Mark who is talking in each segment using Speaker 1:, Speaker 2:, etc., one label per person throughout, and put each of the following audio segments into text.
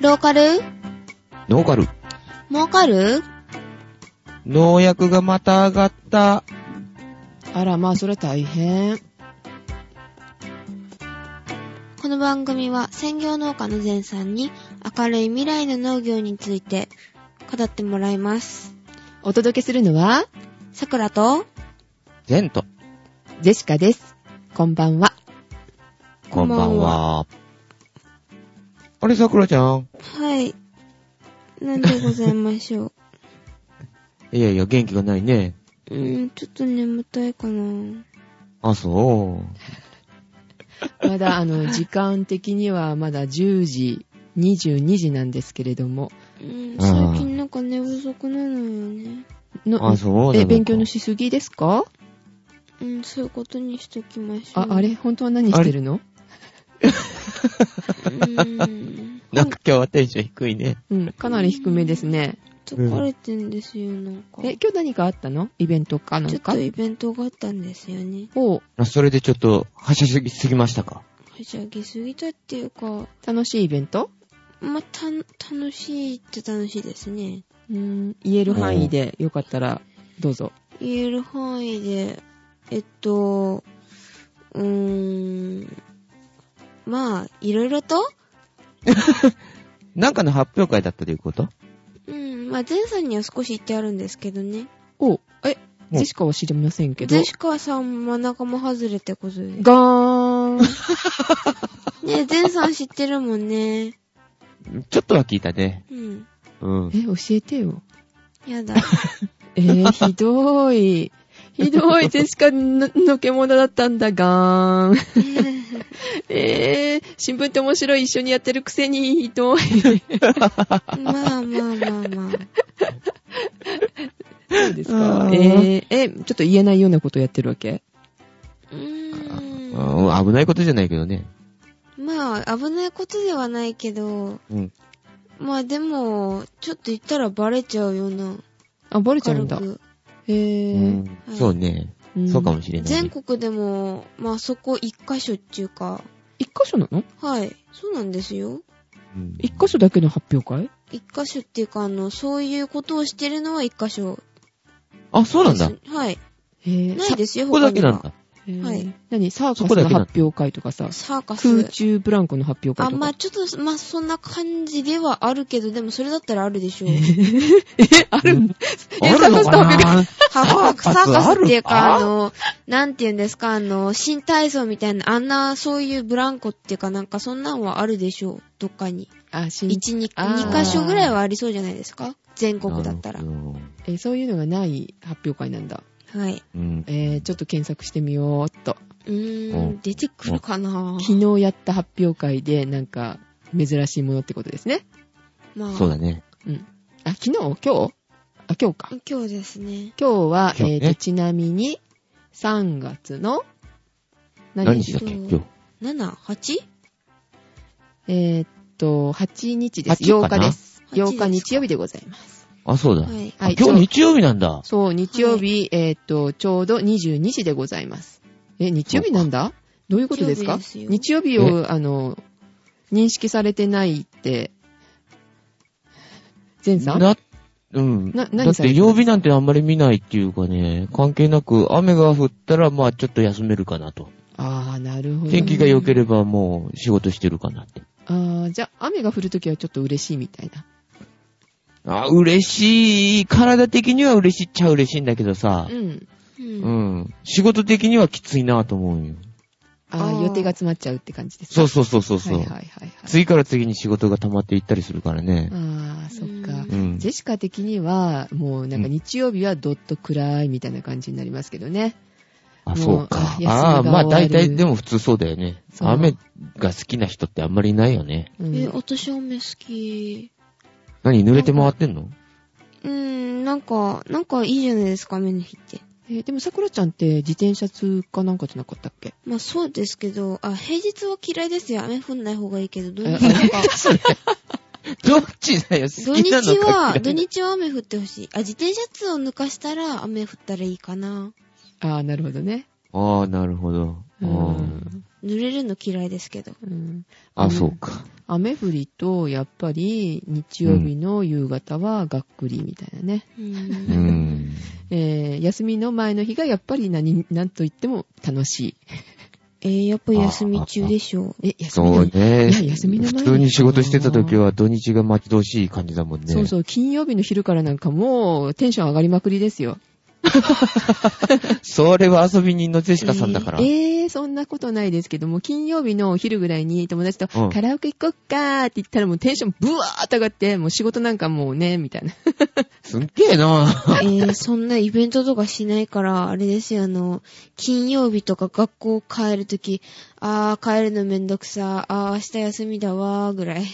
Speaker 1: ローカル
Speaker 2: ノーカル。
Speaker 1: 儲かる
Speaker 2: 農薬がまた上がった。
Speaker 3: あら、まあ、それ大変。
Speaker 1: この番組は専業農家の前さんに明るい未来の農業について語ってもらいます。
Speaker 3: お届けするのは、
Speaker 1: 桜と
Speaker 2: ゼント。
Speaker 3: ジェシカです。こんばんは。
Speaker 1: こ
Speaker 2: こ
Speaker 1: ん
Speaker 2: ん
Speaker 1: ば
Speaker 2: ば
Speaker 1: ん
Speaker 2: ん
Speaker 1: は
Speaker 2: は。あれ、桜ちゃん
Speaker 1: はい。なんでございましょう。
Speaker 2: いやいや、元気がないね。
Speaker 1: うーん、ちょっと眠たいかな。
Speaker 2: あ、そう。
Speaker 3: まだ、あの、時間的にはまだ10時、22時なんですけれども、
Speaker 1: うん、
Speaker 2: あー
Speaker 1: 最近なんか寝不足なのよね。
Speaker 3: の
Speaker 2: あ、そうな
Speaker 3: え、
Speaker 2: のか
Speaker 3: 勉強のしすぎですか
Speaker 1: うん、そういうことにしときましょう。
Speaker 3: あ、あれ本当は何してるの
Speaker 1: うーん。
Speaker 2: なんか今日はテンション低いね。
Speaker 3: うん、かなり低めですね。
Speaker 1: 疲れてんですよ、なんか。
Speaker 3: え、今日何かあったのイベントかな
Speaker 1: ちょ
Speaker 3: ん
Speaker 1: っ
Speaker 3: か
Speaker 1: とイベントがあったんですよね。
Speaker 3: お
Speaker 2: あそれでちょっと、はしゃぎすぎすぎましたか
Speaker 1: はしゃぎすぎたっていうか、
Speaker 3: 楽しいイベント
Speaker 1: まあ、た、楽しいっちゃ楽しいですね。
Speaker 3: うーん、言える範囲でよかったら、どうぞ。
Speaker 1: 言える範囲で、えっと、うーん、まあ、いろいろと
Speaker 2: なんかの発表会だったということ
Speaker 1: うん、まあ、前さんには少し言ってあるんですけどね。
Speaker 3: おえ、
Speaker 2: お
Speaker 3: ジェシカは知りませんけど。
Speaker 1: ゼシカさんも仲間外れってことで。ね
Speaker 3: ガ ーン。
Speaker 1: え、前さん知ってるもんね。
Speaker 2: ちょっとは聞いたね。
Speaker 1: うん。
Speaker 2: うん。
Speaker 3: え、教えてよ。
Speaker 1: や だ。
Speaker 3: えー、ひどい。ひどい、ジェシカののけ者だったんだ、 ガーン。えー、新聞って面白い、一緒にやってるくせに、ひどい。
Speaker 1: まあまあまあまあ。
Speaker 3: そうです
Speaker 2: あ
Speaker 3: か。
Speaker 2: ー
Speaker 3: えー、え、ちょっと言えないようなことやってるわけ
Speaker 1: うーん。
Speaker 2: うん、危ないことじゃないけどね。
Speaker 1: まあ、危ないことではないけど、
Speaker 2: うん。
Speaker 1: まあでも、ちょっと言ったらバレちゃうような。
Speaker 3: あ、バレちゃうんだ。
Speaker 1: 軽く
Speaker 3: えー、
Speaker 2: うんそうね。
Speaker 3: ん
Speaker 2: そうかもしれないね。
Speaker 1: 全国でも、まあそこ一箇所っていうか、
Speaker 3: 一箇所なの
Speaker 1: はい、そうなんですよ。
Speaker 2: うん
Speaker 3: 一箇所だけの発表会
Speaker 1: 一箇所っていうか、あの、そういうことをしてるのは一箇所。
Speaker 2: あ、そうなんだ。
Speaker 1: はい。
Speaker 3: えー、
Speaker 1: ないですよ、
Speaker 2: ここ
Speaker 1: 他
Speaker 2: だ
Speaker 1: に
Speaker 2: け
Speaker 1: は
Speaker 2: なんだ。
Speaker 3: えー
Speaker 1: はい
Speaker 3: 何サーカ
Speaker 2: そこ
Speaker 3: ス
Speaker 2: だ
Speaker 3: の
Speaker 2: けなんだ
Speaker 3: 発表会とかさ、
Speaker 1: サーカ
Speaker 3: 空
Speaker 1: ス。
Speaker 3: 中ブランコの発表会
Speaker 1: あ、
Speaker 3: と
Speaker 1: まあ
Speaker 3: か。
Speaker 1: ちょっと、まあそんな感じではあるけど、でもそれだったらあるでしょう。
Speaker 3: え、 あるんえ、
Speaker 2: ある
Speaker 3: サーカ
Speaker 2: の
Speaker 3: ス
Speaker 2: か
Speaker 3: の発表会
Speaker 2: な
Speaker 1: サーカス、
Speaker 2: サ
Speaker 1: サ
Speaker 2: ーカス
Speaker 1: ーカスっていう
Speaker 2: ある
Speaker 1: か、
Speaker 2: か
Speaker 1: あの、なんて言うんですか、あの、新体操みたいな、あんな、そういうブランコっていうか、なんかそんなんはあるでしょう、どっかに。
Speaker 3: あ、しん
Speaker 1: 1、2、
Speaker 3: あー
Speaker 1: 2箇所ぐらいはありそうじゃないですか全国だったら
Speaker 2: な。るほど
Speaker 3: えーそういうのがない発表会なんだ。
Speaker 1: はい。
Speaker 2: うん。
Speaker 3: えー、ちょっと検索してみようっと。
Speaker 1: うー
Speaker 2: うん
Speaker 1: ん、出てくるかな
Speaker 3: 昨日やった発表会で、なんか、珍しいものってことですね。
Speaker 1: まあ、
Speaker 2: そうだね。
Speaker 3: うん。あ、昨日今日あ、今日か。
Speaker 1: 今日ですね。
Speaker 3: 今日は、
Speaker 2: 今日ね
Speaker 3: えーと、ちなみに、3月の、
Speaker 2: 何
Speaker 1: し
Speaker 2: 日だっけ今日。
Speaker 1: 7、8?
Speaker 3: えーっと、8日です。
Speaker 2: 8
Speaker 3: 8
Speaker 2: かな
Speaker 3: 日です。
Speaker 1: 8
Speaker 3: 8日日曜日でございます。
Speaker 2: あ、そうだ。
Speaker 1: はい。
Speaker 2: あ今日
Speaker 3: ちょ
Speaker 2: 日曜日なんだ。
Speaker 3: そう、日曜日、えーっと、ちょうど22時でございます。え、日曜日なんだどういうことです
Speaker 1: 日
Speaker 3: か
Speaker 1: 曜日ですよ
Speaker 3: 日曜日を、あの、認識されてないって、前さん
Speaker 2: な、うん。
Speaker 3: な
Speaker 2: だ
Speaker 3: 何
Speaker 2: っ
Speaker 3: され
Speaker 2: て
Speaker 3: てる
Speaker 2: 曜日なんてあんまり見ないっていうかね、関係なく雨が降ったらまあちょっと休めるかなと。
Speaker 3: あー、なるほど。
Speaker 2: 天気が良ければもう仕事してるかなって。
Speaker 3: あー、じゃあ、雨が降るときはちょっと嬉しいみたいな。
Speaker 2: あ、嬉しい。体的には嬉しいっちゃ嬉しいんだけどさ
Speaker 3: う、ん。
Speaker 1: う。
Speaker 2: うんん。仕事的にはきついなと思うよ。
Speaker 3: あ
Speaker 1: あ
Speaker 3: ー、
Speaker 1: ー
Speaker 3: 予定が詰まっちゃうって感じですか
Speaker 2: そうそうそうそうそう
Speaker 3: はい。はいはいはい。
Speaker 2: 次から次に仕事が溜まっていったりするからね。
Speaker 3: あー、そっか。
Speaker 2: うん
Speaker 3: ジ。ェシカ的には、もうなんか日曜日はどっと暗いみたいな感じになりますけどね。
Speaker 2: あ、そう
Speaker 3: もうあ
Speaker 2: か
Speaker 3: 休。みが
Speaker 2: ああ、まあ
Speaker 3: 終わ
Speaker 2: 大
Speaker 3: る
Speaker 2: 体でも普通そうだよね。
Speaker 3: そう
Speaker 2: 雨が好きな人ってあんまりいないよね。
Speaker 3: うん
Speaker 1: え、私雨好き。
Speaker 2: 何濡れて回ってんの
Speaker 1: うーん、なんか、なんかいいじゃないですか、雨の日って。
Speaker 3: えーでも桜ちゃんって自転車通かなんかじゃなかったっけ
Speaker 1: まあそうですけど、あ、平日は嫌いですよ。雨降んない方がいいけど、土日
Speaker 3: え
Speaker 1: なんか、
Speaker 2: どっちだよ、
Speaker 1: 土
Speaker 2: 好
Speaker 1: 日
Speaker 2: きなのか
Speaker 1: は、
Speaker 2: 嫌
Speaker 1: 土
Speaker 2: いな
Speaker 1: 日は雨降ってほしい。あ、自転車通を抜かしたら雨降ったらいいかな。
Speaker 3: ああ、なるほどね。
Speaker 2: ああ、なるほど。
Speaker 3: う
Speaker 2: あ
Speaker 3: ん。
Speaker 1: 濡れるの嫌いですけど。
Speaker 3: うん、
Speaker 2: あ、そうか。
Speaker 3: 雨降りと、やっぱり日曜日の夕方はがっくりみたいなね。
Speaker 1: う
Speaker 2: うー
Speaker 1: ん。
Speaker 2: ん。
Speaker 3: えー休みの前の日がやっぱり何、なんと言っても楽し
Speaker 1: えー、やっぱ休み中でしょう。
Speaker 3: い。え、休
Speaker 2: そ
Speaker 3: みの
Speaker 2: う
Speaker 3: 前
Speaker 2: ね。
Speaker 3: いや休みの前に
Speaker 2: 普通に仕事してた時は土日が待ち遠しい感じだもんね。
Speaker 3: そうそう、金曜日の昼からなんかもうテンション上がりまくりですよ。
Speaker 2: それは遊び人のジェシカさんだから。
Speaker 3: えー、そんなことないですけども、金曜日のお昼ぐらいに友達と
Speaker 2: うん
Speaker 3: カラオケ行こっかーって言ったらもうテンションブワーっと上がって、もう仕事なんかもうね、みたいな。
Speaker 2: すっげえな
Speaker 1: えー、そんなイベントとかしないから、あれですよ、あの、金曜日とか学校帰るとき、あー、帰るのめんどくさ、あー、明日休みだわー、ぐらい。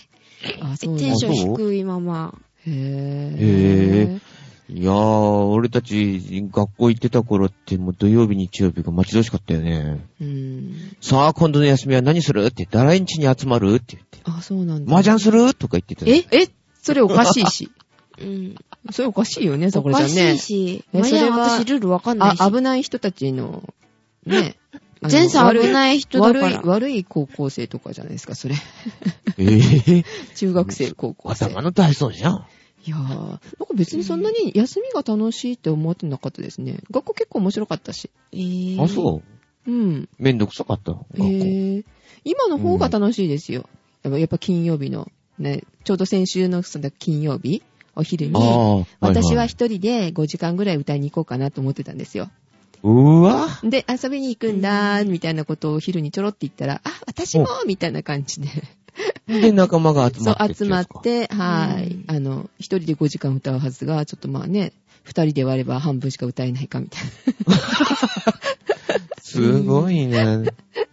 Speaker 3: あ、そ
Speaker 1: テ
Speaker 3: う
Speaker 1: ンション
Speaker 2: あそう
Speaker 1: 低いまま。
Speaker 3: へー。
Speaker 2: へーいやー、俺たち学校行ってた頃ってもう土曜日日曜日が待ち遠しかったよね。
Speaker 3: うん。
Speaker 2: さあ、今度の休みは何するって、誰んちに集まるって言って。
Speaker 3: あ、そうなんだ。
Speaker 2: 麻雀するとか言ってた。
Speaker 3: ええそれおかしいし。
Speaker 1: うん。
Speaker 3: それおかしいよね、さ
Speaker 1: お
Speaker 3: これちゃ
Speaker 1: か
Speaker 3: ん
Speaker 1: し
Speaker 3: ね。
Speaker 1: いし、
Speaker 3: え
Speaker 1: マジ
Speaker 3: そ
Speaker 1: で
Speaker 3: れは
Speaker 1: 私ルールわかんないし。
Speaker 3: あ、危ない人たちの、ね。あの
Speaker 1: 前さ
Speaker 3: 悪
Speaker 1: 危ない人だから。
Speaker 3: 悪い、悪い高校生とかじゃないですか、 それ。
Speaker 2: え ー、
Speaker 3: 中学生、高校生。
Speaker 2: 頭の体操じゃん。
Speaker 3: いやー、なんか別にそんなに休みが楽しいって思ってなかったですね。学校結構面白かったし。
Speaker 1: えー、
Speaker 2: あ、そう。
Speaker 3: うん。
Speaker 2: めんどくさかった。学
Speaker 3: え
Speaker 2: 校。
Speaker 3: ー、今の方が楽しいですよ。やっぱやっぱ金曜日の、ね、ちょうど先週のその金曜日、お昼
Speaker 2: あ
Speaker 3: に、
Speaker 2: あ、いい
Speaker 3: 私は一人で5時間ぐらい歌いに行こうかなと思ってたんですよ。
Speaker 2: うわ
Speaker 3: で、遊びに行くんだー、みたいなことを昼にちょろって言ったら、あ、私もみたいな感じで。
Speaker 2: で、仲間が集
Speaker 3: そ
Speaker 2: ま
Speaker 3: う
Speaker 2: って。、
Speaker 3: 集まっ。て、は
Speaker 1: う
Speaker 3: い
Speaker 1: ん。
Speaker 3: あの、一人で5時間歌うはずが、ちょっとまあね、二人で割れば半分しか歌えないかみたいな。
Speaker 2: すごいね。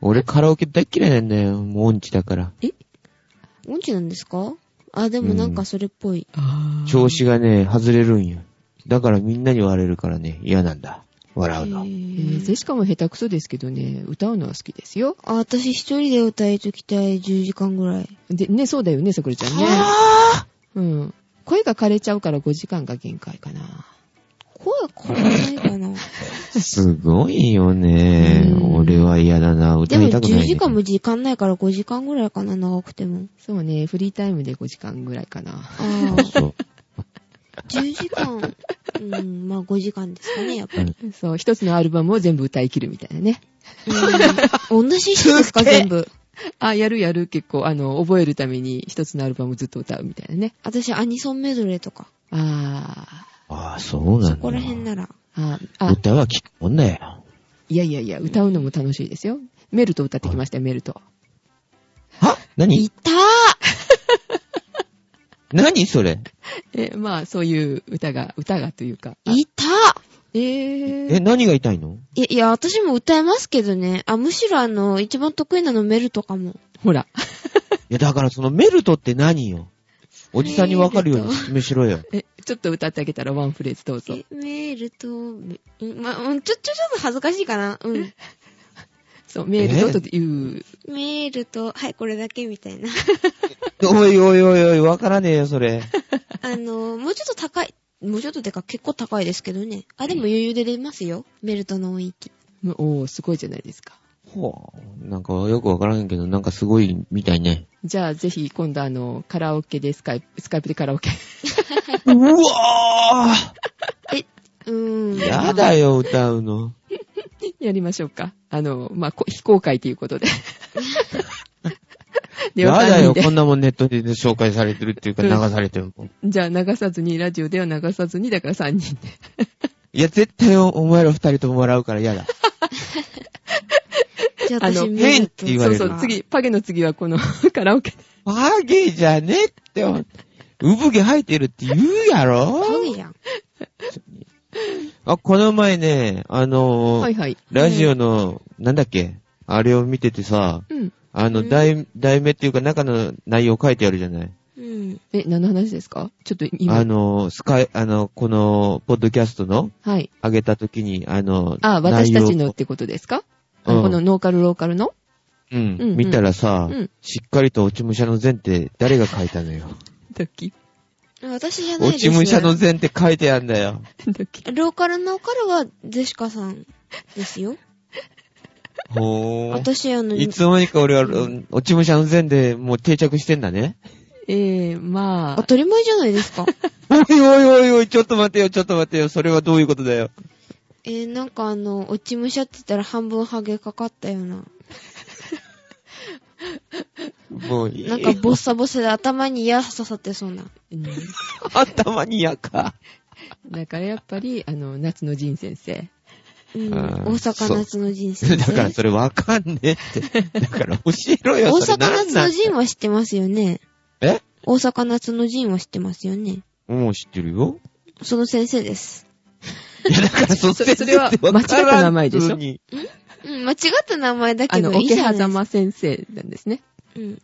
Speaker 2: 俺カラオケ大嫌いなんだよ。もう音痴だから。
Speaker 1: うんちなんですかあ、でもなんかそれっぽい。
Speaker 2: 調子がね、外れるんよ。だからみんなに割れるからね、嫌なんだ。笑うの。
Speaker 3: えーゼシカも下手くそですけどね、歌うのは好きですよ。
Speaker 1: あ、私一人で歌いときたい10時間ぐらい。
Speaker 3: で、ね、そうだよね、さくらちゃんね。
Speaker 2: あ
Speaker 3: うん。声が枯れちゃうから5時間が限界かな。
Speaker 1: 声枯れないかな。
Speaker 2: ーすごいよね
Speaker 3: う。ん
Speaker 2: 俺は嫌だな。
Speaker 1: で
Speaker 2: 歌
Speaker 1: も
Speaker 2: いたくない、ね。
Speaker 1: 10時間も時間ないから5時間ぐらいかな、長くても。
Speaker 3: そうね、フリータイムで5時間ぐらいかな。
Speaker 1: あ
Speaker 2: あ
Speaker 1: ー
Speaker 2: そう。
Speaker 1: 10時間、うん、まあ5時間ですかね、やっぱり。
Speaker 3: そう、一つのアルバムを全部歌い切るみたいなね。
Speaker 1: うん、同じ人ですか、
Speaker 3: すげえ
Speaker 1: 全部。
Speaker 3: あ、やるやる、結構、あの、覚えるために一つのアルバムずっと歌うみたいなね。
Speaker 1: 私、アニソンメドレーとか。
Speaker 3: あ
Speaker 2: ああ、そうなんだ。
Speaker 1: そこら辺なら。
Speaker 3: ーあ、あ、
Speaker 2: 歌は聞くもんだよ。
Speaker 3: いやいやいや、歌うのも楽しいですよ。メルト歌ってきましたよ、メルト。
Speaker 2: は
Speaker 1: い
Speaker 2: 何
Speaker 1: たー
Speaker 2: 何それ
Speaker 3: え、まあ、そういう歌が、歌がというか。あ
Speaker 1: いたー
Speaker 3: え
Speaker 2: え、
Speaker 3: ー、
Speaker 2: 何が痛いの
Speaker 1: いや、いや、私も歌えますけどね。あ、むしろあの、一番得意なのメルとかも。
Speaker 3: ほら。
Speaker 2: いや、だからそのメルトって何よおじさんにわかるように説明しろよ。
Speaker 3: え、ちょっと歌ってあげたらワンフレーズどうぞ。
Speaker 1: えメルと、んま、うんちょ、ちょ、ちょっと恥ずかしいかな。 うん。
Speaker 3: そう、メルトという、
Speaker 1: メルと、はい、これだけみたいな。
Speaker 2: おいおいおいおい、わからねえよ、それ。
Speaker 1: あの、もうちょっと高い、もうちょっとてか結構高いですけどね。あ、でも余裕で出ますよ。メルトの音域。
Speaker 3: おー、すごいじゃないですか。
Speaker 2: ほう。なんかよくわからへんけど、なんかすごいみたいね。
Speaker 3: じゃあ、ぜひ、今度、あの、カラオケでスカイプ、スカイプでカラオケ。
Speaker 2: うわ
Speaker 1: うーん。
Speaker 2: ーやだよ、歌うの。
Speaker 3: やりましょうか。あの、まあ、こ非公開ということで。で
Speaker 2: やだよ、
Speaker 3: お三人で
Speaker 2: こんなもんネットで紹介されてるっていうか、
Speaker 3: う
Speaker 2: 流
Speaker 3: ん
Speaker 2: されてる。
Speaker 3: じゃあ流さずに、ラジオでは流さずに、だから3人で。
Speaker 2: いや、絶対おお前ら二人とも笑うからやだ。
Speaker 1: じゃあ
Speaker 3: あ
Speaker 1: 私
Speaker 3: の
Speaker 1: メルト。
Speaker 2: 変って言わ
Speaker 3: そ
Speaker 2: れ
Speaker 3: う
Speaker 2: る
Speaker 3: そう、次、パゲの次はこの カラオケ。
Speaker 2: ハゲじゃねえって思って、産毛生えてるって言うやろ
Speaker 1: ハゲやん。
Speaker 2: あ、この前ね、あのー
Speaker 3: はいはい。
Speaker 2: ラジオの、なんだっけあれを見ててさ、
Speaker 3: うん。
Speaker 2: あ
Speaker 1: う
Speaker 2: の、
Speaker 1: ん
Speaker 2: 題、題名っていうか中の内容書いてあるじゃない
Speaker 1: うん。
Speaker 3: え、何の話ですかちょっと
Speaker 2: あ
Speaker 3: 今。
Speaker 2: の、スカイ、あの、この、ポッドキャストの、
Speaker 3: はい。
Speaker 2: 上げた時に、あの、
Speaker 3: あ、私たちのっ
Speaker 2: 内
Speaker 3: てことですか、
Speaker 2: 容を
Speaker 3: このノーカルローカルの
Speaker 2: うん、
Speaker 3: うんうん
Speaker 2: 見たらさ、
Speaker 3: うん
Speaker 2: しっかりと落ち武者の前って誰が書いたのよ。
Speaker 3: ドキ、
Speaker 1: 私じゃない
Speaker 2: 落
Speaker 1: です。
Speaker 2: ち武者の前って書いてあんだよ。
Speaker 3: ドキ。
Speaker 1: ローカルのカルはゼシカさんですよ。
Speaker 2: ほー。
Speaker 1: 私、あの、
Speaker 2: いつの間にか俺は、うん落ち武者安全でもう定着してんだね。
Speaker 3: ええま
Speaker 1: 当
Speaker 3: あ、
Speaker 1: たり前じゃないですか。
Speaker 2: おいおいおいおい、ちょっと待てよ、ちょっと待てよ。それはどういうことだよ。
Speaker 1: えー、なんかあの、落ち武者って言ったら半分ハゲかかったような。
Speaker 2: もういい、
Speaker 1: なんかボッサボサで頭に矢刺さってそうな。
Speaker 3: うん
Speaker 2: 頭にやか。
Speaker 3: だからやっぱり、あの、夏の陣先生。
Speaker 1: うん。
Speaker 2: あー
Speaker 1: 大阪夏の陣先
Speaker 2: だ
Speaker 1: 生。
Speaker 2: からそれわかんねえって。だから教えろよ、
Speaker 1: 大
Speaker 2: それ
Speaker 1: 阪夏の陣
Speaker 2: なんなん
Speaker 1: は知ってますよね。
Speaker 2: え
Speaker 1: 大阪夏の陣は知ってますよね。
Speaker 2: もう知ってる よ。
Speaker 1: その先生です。
Speaker 2: いや、だからそっ
Speaker 3: そそれは間違った名前でしょ
Speaker 1: うん、間違った名前だ
Speaker 3: あ
Speaker 1: け
Speaker 3: の、
Speaker 1: どいい
Speaker 3: 桶
Speaker 1: じゃないですか。
Speaker 3: 狭間先生なんですね。
Speaker 1: うん。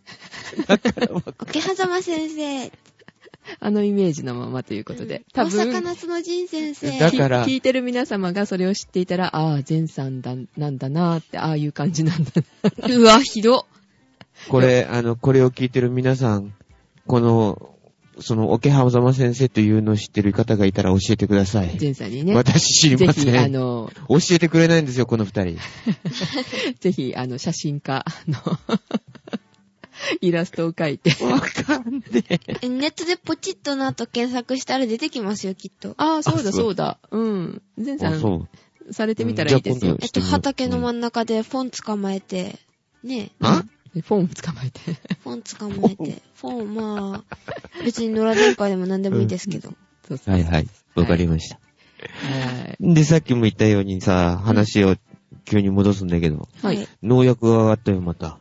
Speaker 1: 桶狭間先生。
Speaker 3: あのイメージのままということで。多
Speaker 1: 大阪
Speaker 3: 分、
Speaker 1: 夏の陣先生。
Speaker 2: だ
Speaker 3: き
Speaker 2: から
Speaker 3: 聞いてる皆様がそれを知っていたら、ああ、前さんだ、なんだなーって、ああいう感じなんだな。
Speaker 1: うわ、ひど。
Speaker 2: これ、あの、これを聞いてる皆さん、この、その、桶狭間先生というのを知ってる方がいたら教えてください。
Speaker 3: 前さんにね。
Speaker 2: 私知り
Speaker 3: ぜ
Speaker 2: ま
Speaker 3: ひ、
Speaker 2: せ
Speaker 3: あ
Speaker 2: ん。教
Speaker 3: の、
Speaker 2: えてくれないんですよ、この二人。
Speaker 3: ぜひ、あの、写真家の イラストを描いて。
Speaker 2: わかんねえ。
Speaker 1: えネットでポチッとなと検索したら出てきますよ、きっと。
Speaker 3: ああ、そうだ
Speaker 2: あそう
Speaker 3: そうだ。うん。前さ
Speaker 2: あ、そ
Speaker 3: ん、
Speaker 2: う。
Speaker 3: されてみたらいいですよ
Speaker 2: うん。
Speaker 1: えっと、
Speaker 2: じしてみよう
Speaker 1: 畑の真ん中でフォン捕まえて、ね
Speaker 2: あ
Speaker 3: でフォーム捕まえて。
Speaker 1: フォン捕まえて、フォン、まあ、別に野良電波でも何でもいいですけど。
Speaker 3: そうそう
Speaker 2: はいはい。わかりました。
Speaker 3: はい。
Speaker 2: で、さっきも言ったようにさ、話を急に戻すんだけど、
Speaker 3: はい。
Speaker 2: 農薬が上がったよ、また。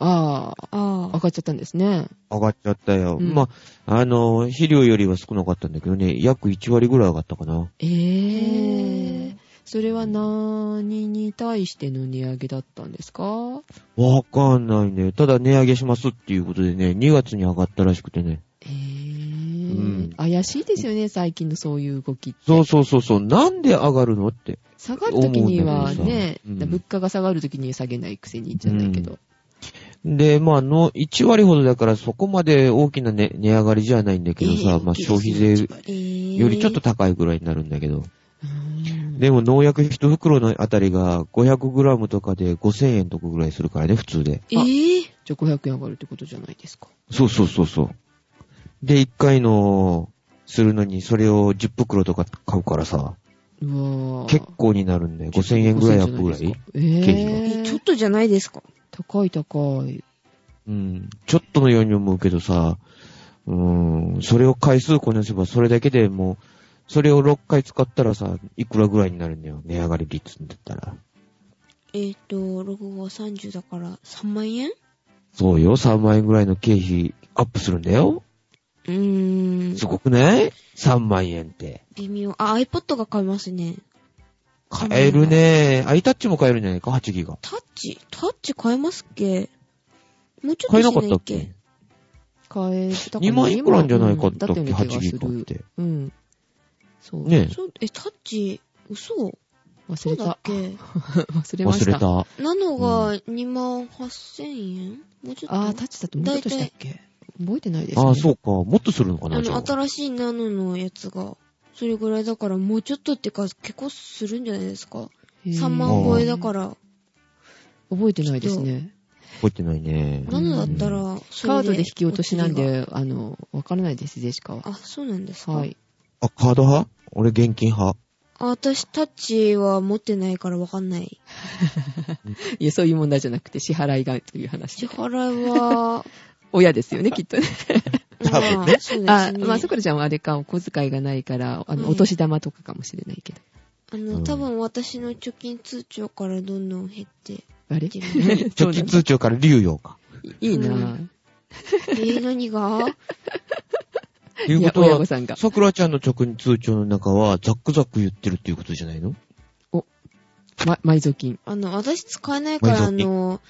Speaker 3: あ
Speaker 1: あ
Speaker 3: あ、上
Speaker 1: あ。
Speaker 3: がっちゃったんですね。
Speaker 2: 上がっちゃったよ。
Speaker 3: うん
Speaker 2: まあ、あの、肥料よりは少なかったんだけどね、約1割ぐらい上がったかな。
Speaker 3: ええそれは何に対しての値上げだったんですか
Speaker 2: わかんないね。ただ値上げしますっていうことでね、2月に上がったらしくてね。
Speaker 3: ええ
Speaker 2: ん
Speaker 3: 怪しいですよね、最近のそういう動きって。
Speaker 2: そうそうそうそう。なんで上がるのって。
Speaker 3: 下がるときには
Speaker 2: 思うんだけ
Speaker 3: ね、
Speaker 2: どさうん
Speaker 3: 物価が下がるときに下げないくせにじゃないけど。
Speaker 2: で、まあ、の、1割ほどだからそこまで大きな、ね、値上がりじゃないんだけど
Speaker 3: え
Speaker 2: さ、
Speaker 3: え
Speaker 2: まあ、消費税よ
Speaker 1: えー、
Speaker 2: りちょっと高いぐらいになるんだけど。
Speaker 3: うん
Speaker 2: でも農薬一袋のあたりが 500g とかで5000円とかぐらいするからね、普通で。
Speaker 1: えー、
Speaker 3: じゃあ500円上がるってことじゃないですか。
Speaker 2: そうそうそうそう。で、1回の、するのに、それを10袋とか買うからさ、
Speaker 3: うわぁ。
Speaker 2: 結構になるんだよ。5000円ぐらいアップぐらい。
Speaker 3: え
Speaker 1: え
Speaker 3: え
Speaker 1: ちょっとじゃないですか。
Speaker 3: 高い高い。
Speaker 2: うん。ちょっとのように思うけどさ、うーん、それを回数こなせば、それだけでもう、それを6回使ったらさ、いくらぐらいになるんだよ。値上がり率だったら。
Speaker 1: えっ、と、6号30だから3万円
Speaker 2: そうよ、3万円ぐらいの経費アップするんだよ。
Speaker 1: うーん
Speaker 2: す。ごくない ?3 万円って。
Speaker 1: 微妙。あ、iPod が買えますね。
Speaker 2: 買えるね。iTouch も買えるんじゃないか ?8 ギガ。
Speaker 1: タッチタッチ買えますっけもうちょっと
Speaker 2: 買え
Speaker 1: し
Speaker 2: なか
Speaker 1: な
Speaker 2: った
Speaker 1: いっ
Speaker 2: っ
Speaker 1: け
Speaker 2: け
Speaker 3: 買えたかな
Speaker 2: 2万いくらんじゃないかったっけ、
Speaker 3: うんだったような気
Speaker 2: ?8
Speaker 3: が
Speaker 2: ギ
Speaker 3: す
Speaker 2: ガっ
Speaker 3: る。
Speaker 2: て。
Speaker 3: うん。そう。
Speaker 2: ね
Speaker 1: そうえ、タッチ、嘘
Speaker 3: 忘
Speaker 1: そうだ
Speaker 3: れ
Speaker 1: ったけ。
Speaker 3: 忘れま
Speaker 2: 忘
Speaker 3: し
Speaker 2: れ
Speaker 3: た。あ
Speaker 2: た。
Speaker 1: ナノが2万8000円、もうちょっと。
Speaker 3: あー、タッチだともうちょっとしたっけ覚えてないですね。
Speaker 2: ああ、そうか。もっとするのか
Speaker 1: あ
Speaker 2: なじゃあ
Speaker 1: の、新しいナノのやつが、それぐらいだから、もうちょっとってか、結構するんじゃないですか
Speaker 3: へー
Speaker 1: ?3 万超えだから、
Speaker 3: 覚えてないですね。
Speaker 2: 覚えてないね。
Speaker 1: ナノだったら、それ
Speaker 3: カードで引き落としなん
Speaker 1: お釣り
Speaker 3: で、あの、わからないです、ジェシカは。
Speaker 1: が。あ、そうなんですか。
Speaker 3: はい。
Speaker 2: あ、カード派俺現金派。
Speaker 1: あ、私、タッチは持ってないからわかんない。
Speaker 3: いや、そういう問題じゃなくて、支払いがという話
Speaker 1: 支
Speaker 3: で。
Speaker 1: 払い は、
Speaker 3: 親ですよね、きっとね。
Speaker 2: 多
Speaker 1: まあ、そ
Speaker 2: 分ね
Speaker 1: うです
Speaker 3: あ、
Speaker 1: ね。
Speaker 3: まあ、さくらちゃんはあれか、お小遣いがないから、あ
Speaker 1: は
Speaker 3: の、
Speaker 1: い
Speaker 3: お年玉とかかもしれないけど。
Speaker 1: あの、多分私の貯金通帳からどんどん減って。
Speaker 3: あれ
Speaker 1: でも
Speaker 3: 貯
Speaker 2: 貯金通帳から流用か。
Speaker 3: いいうなぁ
Speaker 1: ん。えー、何が
Speaker 2: という
Speaker 3: い
Speaker 2: こ
Speaker 3: や、
Speaker 2: と
Speaker 3: 親御
Speaker 2: は、
Speaker 3: さんが。
Speaker 2: さくらちゃんの貯金通帳の中は、ザックザック言ってるっていうことじゃないの
Speaker 3: ま、埋蔵金。
Speaker 1: あの、私使えないから、あ
Speaker 2: 埋蔵金
Speaker 1: の、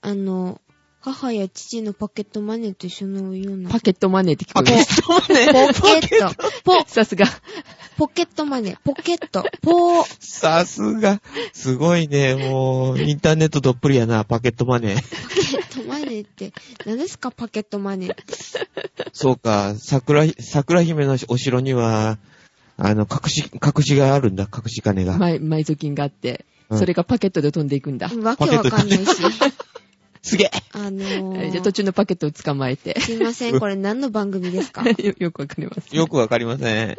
Speaker 1: あの、母や父のパケットマネーと一緒のような。
Speaker 3: パケットマネーって聞こ
Speaker 2: あ、
Speaker 3: えま
Speaker 2: ゲ
Speaker 3: す。
Speaker 2: ストね。
Speaker 1: ポケット。ポ、
Speaker 3: さすが。
Speaker 1: ポケットマネー。ポケット。ポー。
Speaker 2: さすが。すごいね。もう、インターネットどっぷりやな。パケットマネー。
Speaker 1: パケットマネーって、何ですかパケットマネーって。
Speaker 2: そうか、桜ひ、桜姫のお城には、あの、隠し、隠しがあるんだ、隠し金が。
Speaker 3: 埋埋蔵金があっ
Speaker 2: う
Speaker 3: て。
Speaker 2: ん
Speaker 3: それがパケットで飛んでいくんだ。
Speaker 1: わけわかんないし。
Speaker 2: すげえ
Speaker 1: あの
Speaker 3: え
Speaker 1: ー、
Speaker 3: じゃあ途中のパケットを捕まえて。
Speaker 1: すいませ ん、これ何の番組ですか
Speaker 3: よよくわかります。
Speaker 2: よくわかりません。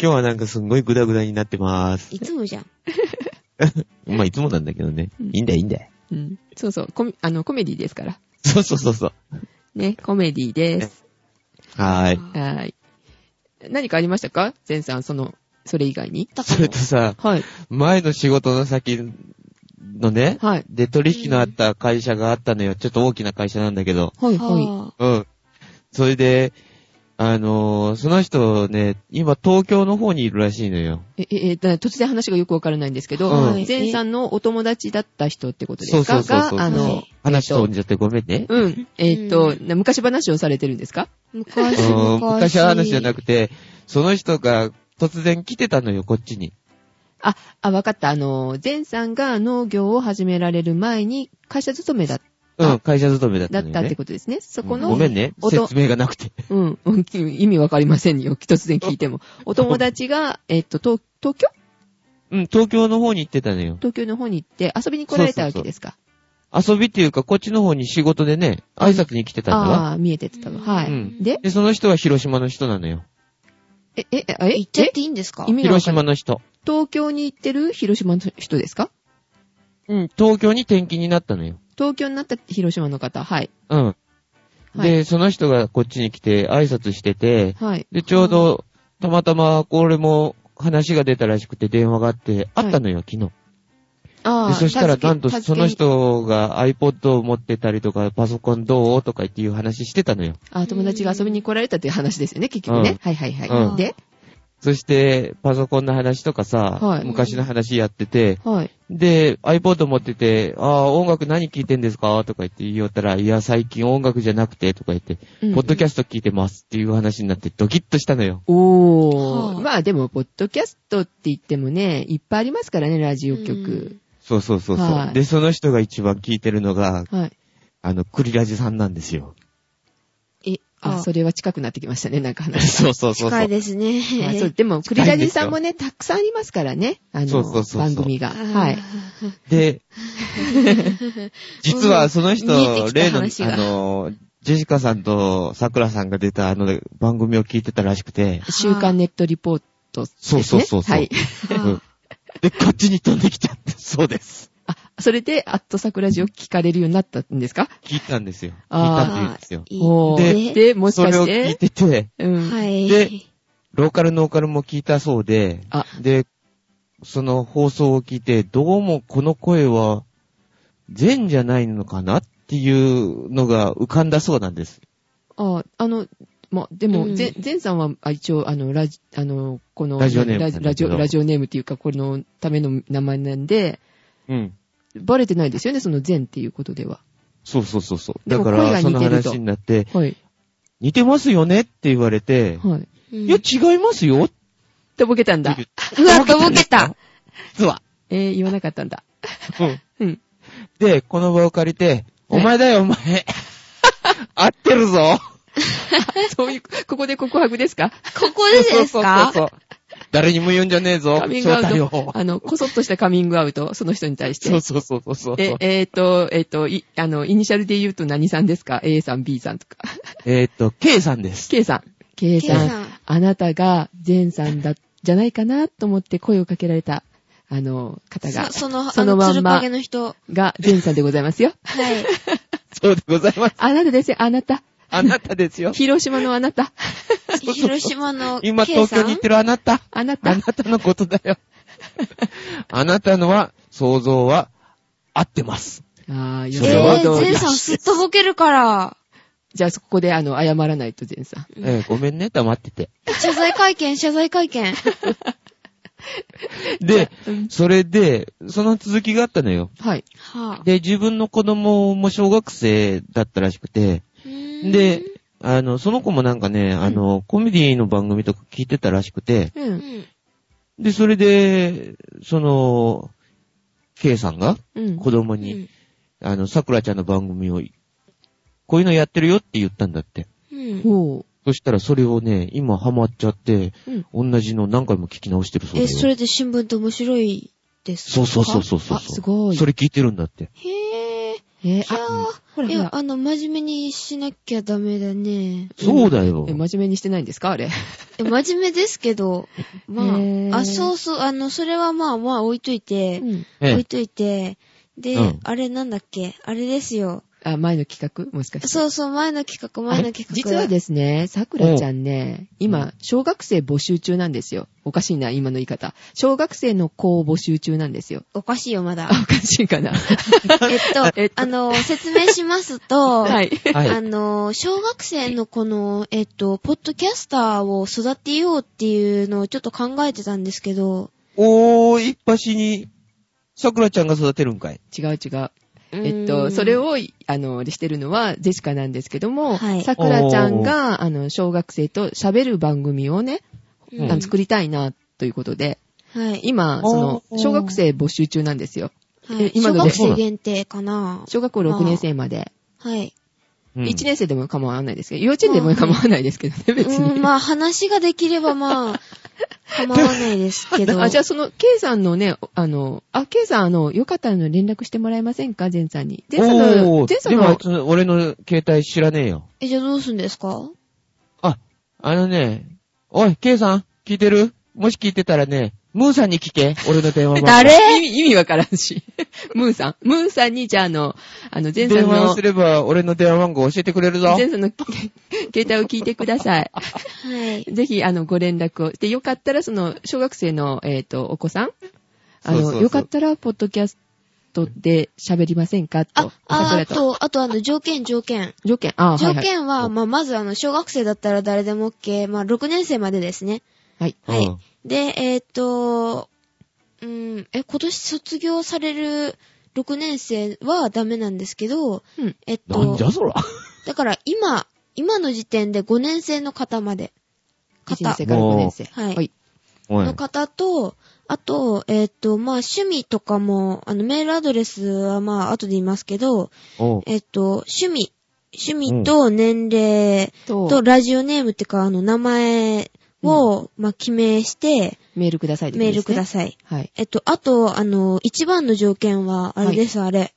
Speaker 2: 今日はなんかすんごいグダグダになってます。
Speaker 1: いつもじゃん。
Speaker 2: まあ、いつもなんだけどね。
Speaker 3: うん
Speaker 2: いいんだよ、いいんだよ。
Speaker 3: うん。そうそう。コメあの、コメディですから。
Speaker 2: そうそうそうそう。
Speaker 3: ね、コメディです。
Speaker 2: はーい。
Speaker 1: あ
Speaker 3: はーい。何かありましたか全さん、その、それ以外に。
Speaker 1: だか
Speaker 2: それとさ、
Speaker 3: はい。
Speaker 2: 前の仕事の先のね、
Speaker 3: はい。
Speaker 2: で、取引のあった会社があったのよ。ちょっと大きな会社なんだけど。
Speaker 3: はい、
Speaker 1: ら、
Speaker 3: はい。
Speaker 1: は
Speaker 2: うん。それで、あのーその人ね、今東京の方にいるらしいのよ。
Speaker 3: え、え、え、だ突然話がよくわからないんですけど、
Speaker 2: はい
Speaker 3: 前さんのお友達だった人ってことで
Speaker 2: そう
Speaker 3: す
Speaker 2: そ
Speaker 3: か
Speaker 2: うそうそう。
Speaker 3: が、
Speaker 1: は
Speaker 3: あの
Speaker 1: い、
Speaker 2: 話飛んじゃってごめんね。
Speaker 3: うん、えーっと、
Speaker 1: うん
Speaker 3: な昔話をされてるんですか
Speaker 1: あ昔、
Speaker 2: うん、
Speaker 1: 昔。
Speaker 2: 昔の話じゃな
Speaker 1: く
Speaker 2: くて、その人が突然来てたのよ、こっちに。
Speaker 3: あ、あ、わかった。あの、前さんが農業を始められる前に、会社勤めだ
Speaker 2: う
Speaker 3: あ
Speaker 2: ん、会社勤めだった
Speaker 3: だ
Speaker 2: の
Speaker 3: っ
Speaker 2: よ、ね。
Speaker 3: たってことですね。そこ
Speaker 2: ご
Speaker 3: の、
Speaker 2: めんね、
Speaker 3: 音
Speaker 2: 説明がなくて。
Speaker 3: うん、うん 意味わかりませんよ。 突然聞い ても。お友達が、えーっと、東東京
Speaker 2: うん、東京の方に行ってたのよ。
Speaker 3: 東京の方に行って遊びに来られたわけですか。
Speaker 2: 遊びっていうか、こっちの方に仕事でね、挨拶に来てたんだわ。
Speaker 3: ああー、見えてたわ。は
Speaker 2: う
Speaker 3: い。
Speaker 2: ん
Speaker 3: で、
Speaker 2: で、その人は広島の人なのよ。
Speaker 3: え、え、え、え
Speaker 1: 言っちゃっていいんですか
Speaker 3: 意味がわ
Speaker 2: 広
Speaker 3: かんな
Speaker 2: 島
Speaker 3: い
Speaker 2: の人。
Speaker 3: 東京に行ってる広島の人ですか
Speaker 2: うん、東京に転勤になったのよ。
Speaker 3: 東京になった広島の方。はい。
Speaker 2: うん。
Speaker 3: はい
Speaker 2: で、その人がこっちに来て挨拶してて、
Speaker 3: はい。
Speaker 2: で、ちょうど、たまたま、これも話が出たらしくて電話があって、あったのよ、昨日。
Speaker 3: あ
Speaker 2: で、そしたら、なんと、
Speaker 3: 助け
Speaker 2: その。
Speaker 3: 助け
Speaker 2: 人が iPod を持ってたりとか、パソコンどうとかっていう話してたのよ。
Speaker 3: あ、友達が遊びに来られたという話ですよね、結局ね。
Speaker 2: うん
Speaker 3: はいはいはい。
Speaker 2: うん
Speaker 3: で、
Speaker 2: そして、パソコンの話とかさ、
Speaker 3: はい
Speaker 2: 昔の話やってて、
Speaker 3: はい。
Speaker 2: で、iPod 持ってて、ああ、音楽何聴いてんですかとか言って言おったら、いや、最近音楽じゃなくて、とか言って、
Speaker 3: うん
Speaker 2: ポッドキャスト聞いてますっていう話になってドキッとしたのよ。
Speaker 3: お
Speaker 1: は
Speaker 3: ー。
Speaker 1: あ
Speaker 3: まあでも、ポッドキャストって言ってもね、いっぱいありますからね、ラジオ局。
Speaker 2: そうそうそうそう、
Speaker 3: はい
Speaker 2: で、その人が一番聞いてるのが、
Speaker 3: はい。
Speaker 2: あの、クリラジさんなんですよ。
Speaker 3: え、あ、
Speaker 1: あ
Speaker 3: それは近くなってきましたね、なん か話。
Speaker 2: そうそうそうそ。
Speaker 1: 近いうですね。
Speaker 3: はい、そう、でも、クリラジさんもね、たくさんありますからね。あの、
Speaker 2: そうそうそうそう
Speaker 3: 番組が。
Speaker 1: あー
Speaker 3: はい。
Speaker 2: で、実はその人
Speaker 1: 見えて、きた
Speaker 2: 例の、
Speaker 1: 話が
Speaker 2: あの、ジェシカさんと桜さんが出たあの番組を聞いてたらしくて、
Speaker 3: 週刊ネットリポートです
Speaker 2: そう
Speaker 3: ね。
Speaker 2: そうそうそう
Speaker 3: はい。
Speaker 2: うんで、こっちに飛んできちゃって、そうです。
Speaker 3: あ、それで、アットサクラジオ聞かれるようになったんですか
Speaker 2: 聞いたんですよ。聞いたって言うん
Speaker 1: あ
Speaker 2: ですよ。
Speaker 1: ーいい
Speaker 3: おー
Speaker 1: ね
Speaker 3: で、もし
Speaker 2: そ
Speaker 3: か
Speaker 2: れ
Speaker 3: し
Speaker 2: を聞いて
Speaker 3: て、
Speaker 2: て、
Speaker 3: うん。
Speaker 1: はい。
Speaker 2: でローカルノーカルも聞いたそうで、
Speaker 3: あ、
Speaker 2: で、その放送を聞いて、どうもこの声は、善じゃないのかなっていうのが浮かんだそうなんです。
Speaker 3: あ、あの、まあ、でも、
Speaker 1: うん
Speaker 3: 前、前さんは、あ一応、あの、ラジ、あの、この、
Speaker 2: ラジオネーム
Speaker 3: ラ
Speaker 2: なん
Speaker 3: ラ
Speaker 2: だ
Speaker 3: ジ
Speaker 2: けど
Speaker 3: オ、ラジオネームっていうか、このための名前なんで、
Speaker 2: うん。
Speaker 3: バレてないですよね、その前っていうことでは。
Speaker 2: そうそうそうそう。
Speaker 3: で
Speaker 2: だ
Speaker 3: も
Speaker 2: か
Speaker 3: 声が
Speaker 2: ら、
Speaker 3: 似て
Speaker 2: そ
Speaker 3: ると
Speaker 2: の話になって、
Speaker 3: はい。
Speaker 2: 似てますよねって言われて、
Speaker 3: はい。
Speaker 1: うん
Speaker 2: いや、違いますよって
Speaker 3: とぼけたん
Speaker 2: 言
Speaker 3: だ
Speaker 2: っ。て
Speaker 1: うわ、とぼけた。
Speaker 2: 実は。
Speaker 3: えー、言わなかったんだ。
Speaker 2: うん。
Speaker 3: うん。
Speaker 2: で、この場を借りて、お前だよ、お前。 合ってるぞ。
Speaker 3: そういう、ここで告白ですか
Speaker 1: ここでですか
Speaker 2: そうそうそうそう誰にも言うんじゃねえぞ。
Speaker 3: カミングアウ
Speaker 2: 正体
Speaker 3: ト
Speaker 2: を。
Speaker 3: あの、こそっとしたカミングアウト、その人に対して。
Speaker 2: そうそうそうそうそう。
Speaker 3: え、えっ、と、えっ、と、い、あの、イニシャルで言うと何さんですか ?A さん、B さんとか。
Speaker 2: えーっと、K さんです。
Speaker 3: K さん。K さん。
Speaker 1: K さん
Speaker 3: あなたが、善さんだ、じゃないかなと思って声をかけられた、あの、方
Speaker 1: そ、
Speaker 3: が
Speaker 1: その、
Speaker 3: そ
Speaker 1: そ
Speaker 3: の
Speaker 1: の
Speaker 3: まんま
Speaker 1: まんま。つるかげの人。
Speaker 3: が、善さんでございま すよ。
Speaker 1: はい。
Speaker 2: そうでございます。
Speaker 3: あなたですよ、あなた。
Speaker 2: あなたですよ。
Speaker 3: 広島のあなた。
Speaker 1: 広島の K さん。
Speaker 2: 今東京に行ってるあなた。
Speaker 3: あな
Speaker 2: あ
Speaker 3: た
Speaker 2: な。たのことだよ。あなたのは、想像は、合ってます。
Speaker 3: ああ、予
Speaker 1: え
Speaker 2: それは
Speaker 1: ー、
Speaker 3: 想通
Speaker 1: ゼ
Speaker 3: り
Speaker 1: ン。さんすっとぼけるから、
Speaker 3: じゃあ、そこで、あの、謝らないと、善さん。
Speaker 2: えーごめんね、黙ってて。
Speaker 1: 謝罪会見、謝罪会見。
Speaker 2: で
Speaker 3: うん、
Speaker 2: それで、その続きがあったのよ。
Speaker 3: はい。
Speaker 1: はぁ、
Speaker 2: で、自分の子供も小学生だったらしくて、
Speaker 1: うーん
Speaker 2: で、、あの、その子もなんかね、あの、コメディの番組とか聞いてたらしくて、
Speaker 3: う。
Speaker 1: うんん。
Speaker 2: で、それで、その、K さんが
Speaker 3: うん。
Speaker 2: 子供に、あの、桜ちゃんの番組を、こういうのやってるよって言ったんだって。
Speaker 1: うん。
Speaker 3: ほ
Speaker 2: そしたらそれをね、今ハマっちゃって、
Speaker 3: う。うん。
Speaker 2: 同じの何回も聞き直してるそうだ
Speaker 1: え、
Speaker 2: よ。
Speaker 1: それで新聞って面白いですか
Speaker 2: そうそうそうそうそう。
Speaker 3: あすごい
Speaker 2: それ聞いてるんだって。
Speaker 1: へぇー。
Speaker 3: え
Speaker 1: いや
Speaker 3: あ、ほ
Speaker 1: ー、
Speaker 3: ら
Speaker 1: い
Speaker 3: ほ
Speaker 1: や、
Speaker 3: ら。
Speaker 1: あの、真面目にしなきゃダメだね。
Speaker 2: そうだよ
Speaker 3: え、。真面目にしてないんですかあれ。
Speaker 1: え真面目ですけど、ま
Speaker 3: へー
Speaker 1: あ、あ、そうそう、あの、それはまあまあ置いといて、
Speaker 2: え
Speaker 1: 置い
Speaker 2: え、
Speaker 1: といて、で、
Speaker 2: うん
Speaker 1: あれなんだっけあれですよ。
Speaker 3: あ、前の企画もしかして。
Speaker 1: そうそう、前の企画、前の企画。
Speaker 3: 実はですね、さくらちゃんね、今、小学生募集中なんですよ。おかしいな、今の言い方。小学生の子を募集中なんですよ。
Speaker 1: おかしいよ、まだ
Speaker 3: あ、。おかしい かな。
Speaker 1: えっと、
Speaker 3: えっと
Speaker 1: あの、説明しますと、
Speaker 3: はい。
Speaker 1: あ
Speaker 2: はい。
Speaker 1: の、小学生のこの、えっと、ポッドキャスターを育てようっていうのをちょっと考えてたんですけど、
Speaker 2: おー、一発に、桜ちゃんが育てるんかい。
Speaker 3: 違う違う。えっ
Speaker 1: うー
Speaker 3: と、
Speaker 1: ん
Speaker 3: それ、を、あの、あれしてるのはジェシカなんですけども、
Speaker 1: はい
Speaker 3: さくらちゃんが、あの、小学生と喋る番組をね、
Speaker 1: うん
Speaker 3: あの作りたいな、ということで、
Speaker 1: はい。
Speaker 3: 今、その、
Speaker 2: おー
Speaker 3: 小学生募集中なんですよ。
Speaker 1: は
Speaker 3: え
Speaker 1: い、
Speaker 3: 今
Speaker 1: 小
Speaker 3: の
Speaker 1: 学
Speaker 3: で
Speaker 1: 生限定かな。
Speaker 3: 小学校6年生まで。
Speaker 1: はい。
Speaker 2: うん
Speaker 3: 1年生でも構わないですけど、幼稚園でも構わないですけどね、別
Speaker 1: う
Speaker 3: に
Speaker 1: ん、。まあ話ができればま あ、構わないですけど。
Speaker 3: あ、じゃあその、K さんのね、あの、あ、K さん、あの、よかったらあの連絡してもらえませんか、ジェンさんに。ジェンさん
Speaker 2: お
Speaker 3: の、
Speaker 2: ー、
Speaker 3: ジェンさ
Speaker 2: で
Speaker 3: ん
Speaker 2: もあい
Speaker 3: の、
Speaker 2: つ、俺の携帯知らねえよ。
Speaker 1: え、じゃあどうすんですか
Speaker 2: あ、あのね、おい、K さん、聞いてるもし聞いてたらね、ムーさんに聞け、俺の 電話番号。
Speaker 3: 意味、意味わからんし。 ムーさん。ムーさんに、じゃああの、あの、ジェンさ
Speaker 2: 電
Speaker 3: ん
Speaker 2: 話
Speaker 3: の
Speaker 2: をす、れば、俺の電話番号教えてくれるぞ
Speaker 3: ジェ。ンさんの け携帯を聞いてくだ さい。
Speaker 1: はい。
Speaker 3: ぜひ、あの、ご連絡を。で、よかったら、その、小学生の、えっ、と、お子さんあの
Speaker 2: そうそうそう
Speaker 3: よかったら、ポッドキャストで喋りませんかと
Speaker 1: あ。、あ
Speaker 3: 桜
Speaker 1: あと、あとあの、条件、条件。
Speaker 3: 条件、あ、はい、
Speaker 1: 条
Speaker 3: はい。
Speaker 1: 件は、まあ、まずあの、小学生だったら誰でも OK。まあ、6年生までですね。
Speaker 3: はい。
Speaker 1: はい
Speaker 2: うん
Speaker 1: で、えーっと、うん、え、今年卒業される6年生はダメなんですけど、
Speaker 3: うん
Speaker 1: えっ
Speaker 2: な
Speaker 1: と
Speaker 2: んじ、ゃそら。
Speaker 1: だから今、今の時点で5年生の方まで。
Speaker 3: 1
Speaker 1: 方
Speaker 3: 年生から5年生。
Speaker 1: はい
Speaker 3: はい。
Speaker 2: おい
Speaker 1: の方と、あと、えーっと、まあ、趣味とかも、あの、メールアドレスはまあ、後で言いますけど、
Speaker 2: おう
Speaker 1: えーっと、趣味、趣味と年齢と
Speaker 3: と、
Speaker 1: ラジオネームってか、あの、名前を、まあ、記名して、
Speaker 3: メールください、
Speaker 1: メールください。
Speaker 3: い。はい。
Speaker 1: えっと、あと、あの、一番の条件は、あれです、あれ。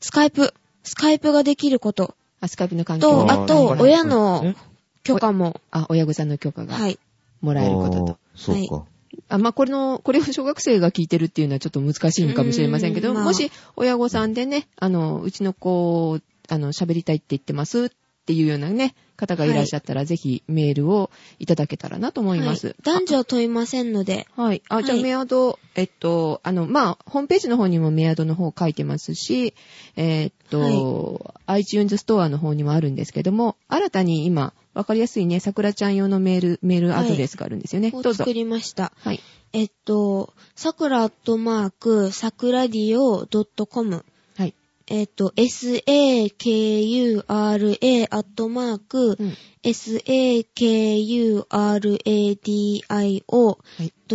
Speaker 1: スカイプ。スカイプができること。
Speaker 3: あ、スカイプの関係
Speaker 1: と、
Speaker 2: あ
Speaker 1: あ
Speaker 2: ー
Speaker 1: と
Speaker 2: なるほ、ど
Speaker 1: 親
Speaker 2: う
Speaker 1: の
Speaker 2: ん
Speaker 1: 許可も、
Speaker 3: あ、親御さんの許可が
Speaker 1: はい。
Speaker 3: もらえることと。
Speaker 2: あーそうか。
Speaker 3: あ、まあ、これの、これを小学生が聞いてるっていうのはちょっと難しいのかもしれませんけ
Speaker 1: う
Speaker 3: ど、
Speaker 1: ーんまあ
Speaker 3: もし親御さんでね、あの、うちの子、あの、喋りたいって言ってますっていうようなね、方がいらっしゃったら、ぜひメールをいただけたらなと思います。
Speaker 1: はい男女は問いませんので、
Speaker 3: あはい。あ、じゃあ
Speaker 1: はい
Speaker 3: メアド、えっと、あの、まあ、ホームページの方にもメアドの方書いてますし、えっと、iTunes ストアの方にもあるんですけども、新たに今、わかりやすいね、桜ちゃん用のメール、メールアドレスがあるんですよね。ど
Speaker 1: を
Speaker 3: うぞ
Speaker 1: 作。りました。
Speaker 3: はい。
Speaker 1: えっと、さくらアットマーク、さくらりお .com。
Speaker 3: はい。
Speaker 1: えっと、sakura アットマーク、
Speaker 3: うん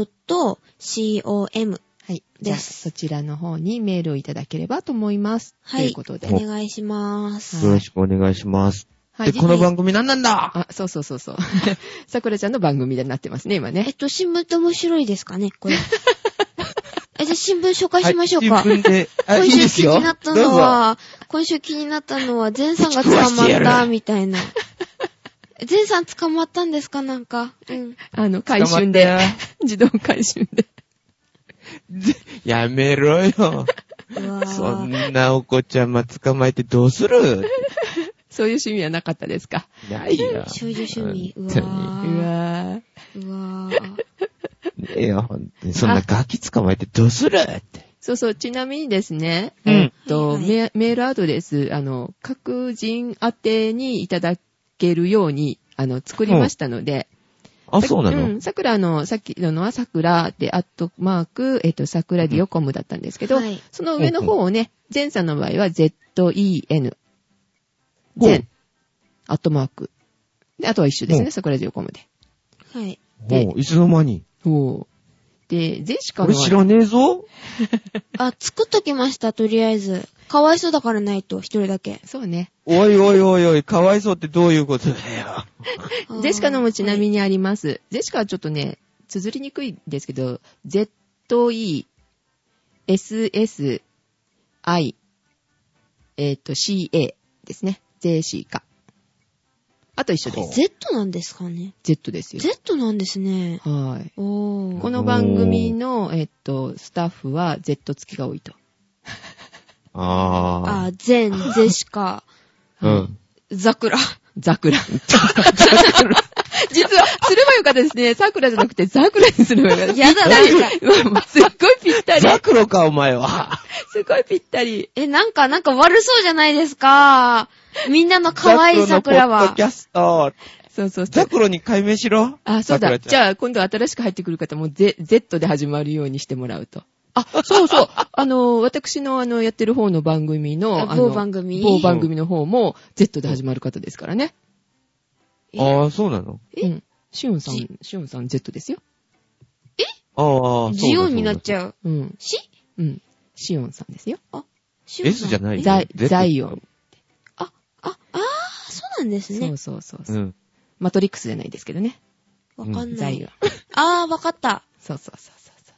Speaker 1: sakuradio.com。
Speaker 3: はい。じゃあ、
Speaker 1: です
Speaker 3: そちらの方にメールをいただければと思います。
Speaker 1: はい
Speaker 3: ということで。
Speaker 1: お願いします。
Speaker 2: よろしくお願いします。
Speaker 3: は
Speaker 2: で、
Speaker 3: い。
Speaker 2: この番組何なんだ
Speaker 3: あ、そうそうそうそう。 さくらちゃんの番組になってますね、今
Speaker 1: え
Speaker 3: ね
Speaker 1: っ。と、新聞って面白いですかね、 これ。え、じゃあ新聞紹介しましょうか。
Speaker 2: はい新聞で、あ、い
Speaker 1: 今
Speaker 2: いで
Speaker 1: 週
Speaker 2: す
Speaker 1: 気に
Speaker 2: よ。ど
Speaker 1: な
Speaker 2: う
Speaker 1: ったの
Speaker 2: ぞ。
Speaker 1: は、今週気になったのは、ゼンさんが捕
Speaker 2: ぶち壊し
Speaker 1: ま
Speaker 2: て
Speaker 1: っ
Speaker 2: やる
Speaker 1: た、みたいな。ゼンさん捕まったんですかなんか。うん。
Speaker 3: あの、回春で
Speaker 2: 捕まっ。
Speaker 3: 自動回春で。
Speaker 2: やめろ よ。
Speaker 1: うわ
Speaker 2: そん
Speaker 1: ぁ。
Speaker 2: なお子ちゃま捕まえてどう する
Speaker 3: そういう趣味はなかったですか。
Speaker 2: ないよ。
Speaker 1: 少女趣味。うわぁ。
Speaker 2: 本当
Speaker 3: うわぁ。
Speaker 1: うわぁ。
Speaker 2: にねえよ、本当に。そんなガキ捕まえてどうするって。
Speaker 3: そうそう、ちなみにですね、
Speaker 2: うん
Speaker 3: えっと、
Speaker 1: はいはい
Speaker 3: メメールアドレス、あの、各人宛てにいただけるように、あの、作りましたので、
Speaker 2: あ、そうなの、
Speaker 3: ん、桜の、さっきのは桜で、アットマーク、えっ、と、桜ディオコムだったんですけど、
Speaker 1: はい
Speaker 3: その上の方をね、前さんの場合は ZEN、
Speaker 2: ほう
Speaker 3: 全アットマーク。で、あとは一緒です
Speaker 2: う
Speaker 3: ね、桜ディオコムで。
Speaker 1: はい。
Speaker 2: もう、いつの間に。
Speaker 3: ほう。で、ゼシカの
Speaker 2: 俺知らねえぞ。
Speaker 1: あ、作っときました、とりあえず。かわいそうだからないと、一人だけ。
Speaker 3: そうね。
Speaker 2: おいおいおいおい、かわいそうってどういうことだよ。
Speaker 1: あー
Speaker 3: ゼシカのもちなみにあります。ゼシカはちょっとね、綴りにくいですけど、ZE、 SSI、えっ、と、CA ですね。税 C か。あと一緒で
Speaker 2: ほう
Speaker 3: す。
Speaker 1: Z なんですかね
Speaker 3: Z ですよ。
Speaker 1: ?Z なんですね。
Speaker 3: はい。
Speaker 1: おー。
Speaker 3: この番組の、えっと、スタッフは Z 付きが多いと。
Speaker 2: あ
Speaker 1: あ、全、ゼシカ、
Speaker 2: あ。うん。
Speaker 1: ザクラ。
Speaker 3: ザクラ。実は、すればよかったですね。サクラじゃなくてザクラにすればよかった。
Speaker 1: やだなん
Speaker 3: うわ もうすっごいぴったり。
Speaker 2: ザクロか、お前は。
Speaker 3: すごいぴったり。
Speaker 1: え、なんか、なんか悪そうじゃないですか。みんなの可愛い桜
Speaker 2: ザクロのポッド
Speaker 1: は
Speaker 2: キ。ャスト。
Speaker 3: そうそうそ
Speaker 2: ザ
Speaker 3: う。
Speaker 2: クロに解明しろ。
Speaker 3: あ、そ
Speaker 2: ザク
Speaker 3: うだ。
Speaker 2: ラちゃん
Speaker 3: じゃあ、今度新しく入ってくる方も、Z、Z で始まるようにしてもらうと。あ、そ うそう。あの、私の、あの、やってる方の番組の、
Speaker 1: あ
Speaker 3: あの
Speaker 1: 某番組
Speaker 3: 某番組の方も、Z で始まる方ですからね。
Speaker 1: え
Speaker 2: ああ、そうなの
Speaker 1: え
Speaker 3: うん。シオンさん
Speaker 1: じ、
Speaker 3: シオンさん Z ですよ。
Speaker 2: ああ、
Speaker 1: ジオンになっち
Speaker 2: ゃ
Speaker 1: ゃ
Speaker 2: う
Speaker 1: う。
Speaker 3: うん。
Speaker 1: し
Speaker 3: うん。シオンさんですよ。
Speaker 1: シ
Speaker 2: だ。S じゃ
Speaker 1: い。
Speaker 2: ない
Speaker 3: ザイ
Speaker 2: Z
Speaker 3: ザイオン。
Speaker 1: あ、あー、そうなんです
Speaker 3: そ
Speaker 1: ね
Speaker 3: う。そうそうそうう。
Speaker 2: ん。
Speaker 3: マトリックスじゃないですけどね。
Speaker 1: わかんな
Speaker 3: ザイオ
Speaker 1: い
Speaker 3: ン。。
Speaker 1: あー、わかった。
Speaker 3: そうそうそうそうそ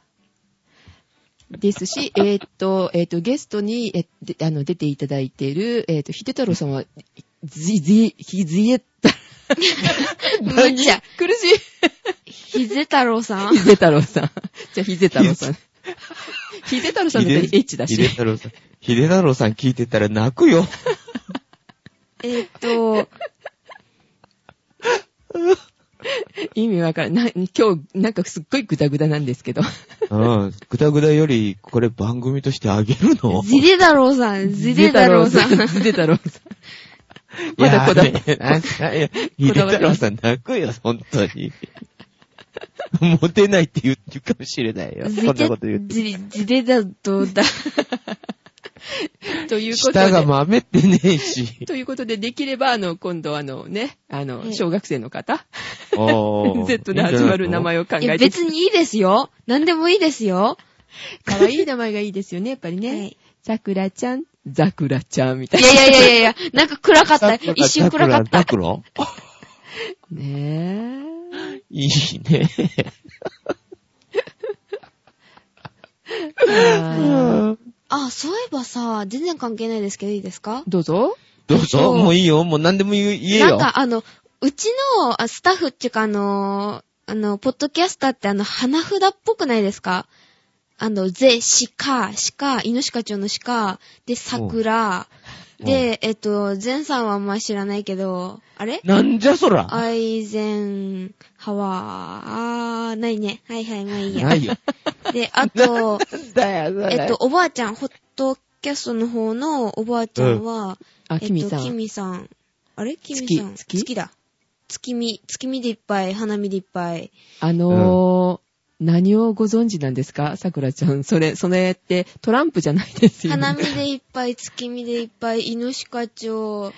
Speaker 3: う。ですし、 えーっと、えーっと、ゲストに、えであの、出ていただいている、えーっと、ひで太郎さんは、じ、じ、ひじえった、
Speaker 1: むっちゃ、
Speaker 3: 苦しい。
Speaker 1: ひぜ太郎さん
Speaker 3: ひ。ぜ太郎さん。じゃあ、ひぜ太郎さん。ひぜ太郎さんだったら H だ
Speaker 2: ヒデ
Speaker 3: し。
Speaker 2: 太郎さん。ヒデ太郎さん聞いてたら泣くよ。
Speaker 1: えーっと、
Speaker 3: 意味わからない。な今日、なんかすっごいグダグダなんですけど。
Speaker 2: うん。ぐだぐだより、これ番組としてあげるの
Speaker 1: ジデ太郎さん、ジデ太郎さん。
Speaker 3: ジデ太郎さん。まだこだわ
Speaker 2: いやねなんかいやヒデ太郎さん泣くよ、本当に。モテないって言ってるかもしれないよ。そんなこと言って。
Speaker 1: ジデ、ジデだとだ。
Speaker 3: ということで。
Speaker 2: 舌が豆ってねえし。
Speaker 3: ということで、できれば、あの、今度、あのね、あ
Speaker 1: ええ
Speaker 3: の、小学生の方、
Speaker 2: おー
Speaker 3: Z で始まる名前を考
Speaker 1: え、
Speaker 3: えて。
Speaker 1: 別にいいですよ。何でもいいですよ。
Speaker 3: 可愛い名前がいいですよね、やっぱり
Speaker 1: は
Speaker 3: ね
Speaker 1: い。
Speaker 3: さくらちゃん、ザクラちゃんみたい
Speaker 1: いやいやいやいやいや、なんか暗かった。一瞬暗かった
Speaker 2: ザ。クロザクロ
Speaker 3: な。ね
Speaker 2: いいね。
Speaker 3: え。 は
Speaker 1: あ、そういえばさ、全然関係ないですけどいいですか
Speaker 3: いどうぞ。
Speaker 2: どう
Speaker 1: そ
Speaker 2: ぞ、
Speaker 1: う
Speaker 2: もういいよ。もう何でも言う言え
Speaker 1: な
Speaker 2: よ
Speaker 1: ん。かあの、うちのあスタッフっていうかあのー、あの、ポッドキャスターってあの、花札っぽくないですかあの、ぜ、しか、しか、犬しか町のしか、で、桜、
Speaker 2: うん
Speaker 1: で、えっと、前さんはあんま知らないけど、あれ
Speaker 2: なんじゃそら。
Speaker 1: アイゼン、ハワー、あー、ないね。はいはい、まあいいや
Speaker 2: な。いよ。
Speaker 1: で、あ と、
Speaker 2: だよ、だ
Speaker 1: えっと、、おばあちゃん、ホットキャストの方のおばあちゃんは、
Speaker 3: あ、きみさ
Speaker 1: えっと、キ
Speaker 3: ん。
Speaker 1: ミさん。あれキミさん。
Speaker 3: 月月
Speaker 1: 月だ。月見、月見でいっぱい、花見でいっぱい。
Speaker 3: あのー、何をご存知なんですかさくらちゃん。それ、それってトランプじゃないですよね。
Speaker 1: 花見でいっぱい、月見でいっぱい、イノシカ町、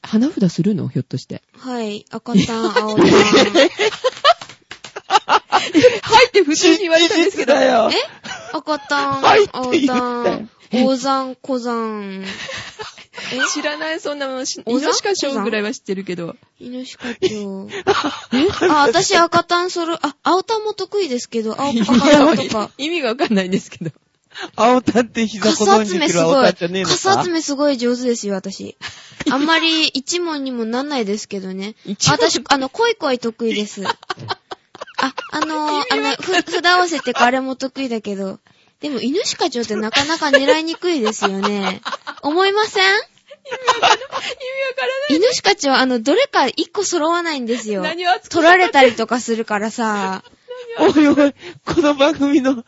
Speaker 3: 花札するのひょっとして。
Speaker 1: はい、赤さん、青さん。
Speaker 3: はいって普通に言われたんですけ
Speaker 2: 実
Speaker 3: ど。
Speaker 2: だよ。
Speaker 1: え赤たん、
Speaker 2: 入って
Speaker 1: 青
Speaker 2: 言った
Speaker 1: たん、大山、小山、
Speaker 3: 知らない、そんなもの。し
Speaker 1: お
Speaker 3: イ
Speaker 1: ざ
Speaker 3: ノシカショーぐらいは知ってるけど。
Speaker 1: イノシカ町。あ、私赤たんそろ、あ、青たんも得意ですけど、青赤たんとか。
Speaker 3: 意味がわかんないんですけど。
Speaker 2: 青たって膝
Speaker 1: カ
Speaker 2: こ
Speaker 1: ス
Speaker 2: ぞん
Speaker 1: 集
Speaker 2: で
Speaker 1: め
Speaker 2: く
Speaker 1: す
Speaker 2: る青
Speaker 1: ご
Speaker 2: た
Speaker 1: い。
Speaker 2: じゃねえの
Speaker 1: カ
Speaker 2: か
Speaker 1: ス集めすごい上手ですよ、私。あんまり一問にもなんないですけどね。
Speaker 3: 一問
Speaker 1: 私、あの、恋恋得意です。あ、あの、あの、ふ、札合わせってかあれも得意だけど。でも、犬鹿町ってなかなか狙いにくいですよね。思いません
Speaker 3: 意味わからない。
Speaker 1: 犬鹿町、あの、どれか一個揃わないんですよ。
Speaker 3: 何を扱う
Speaker 1: 取られたりとかするからさ。
Speaker 2: おいおい、この番組の、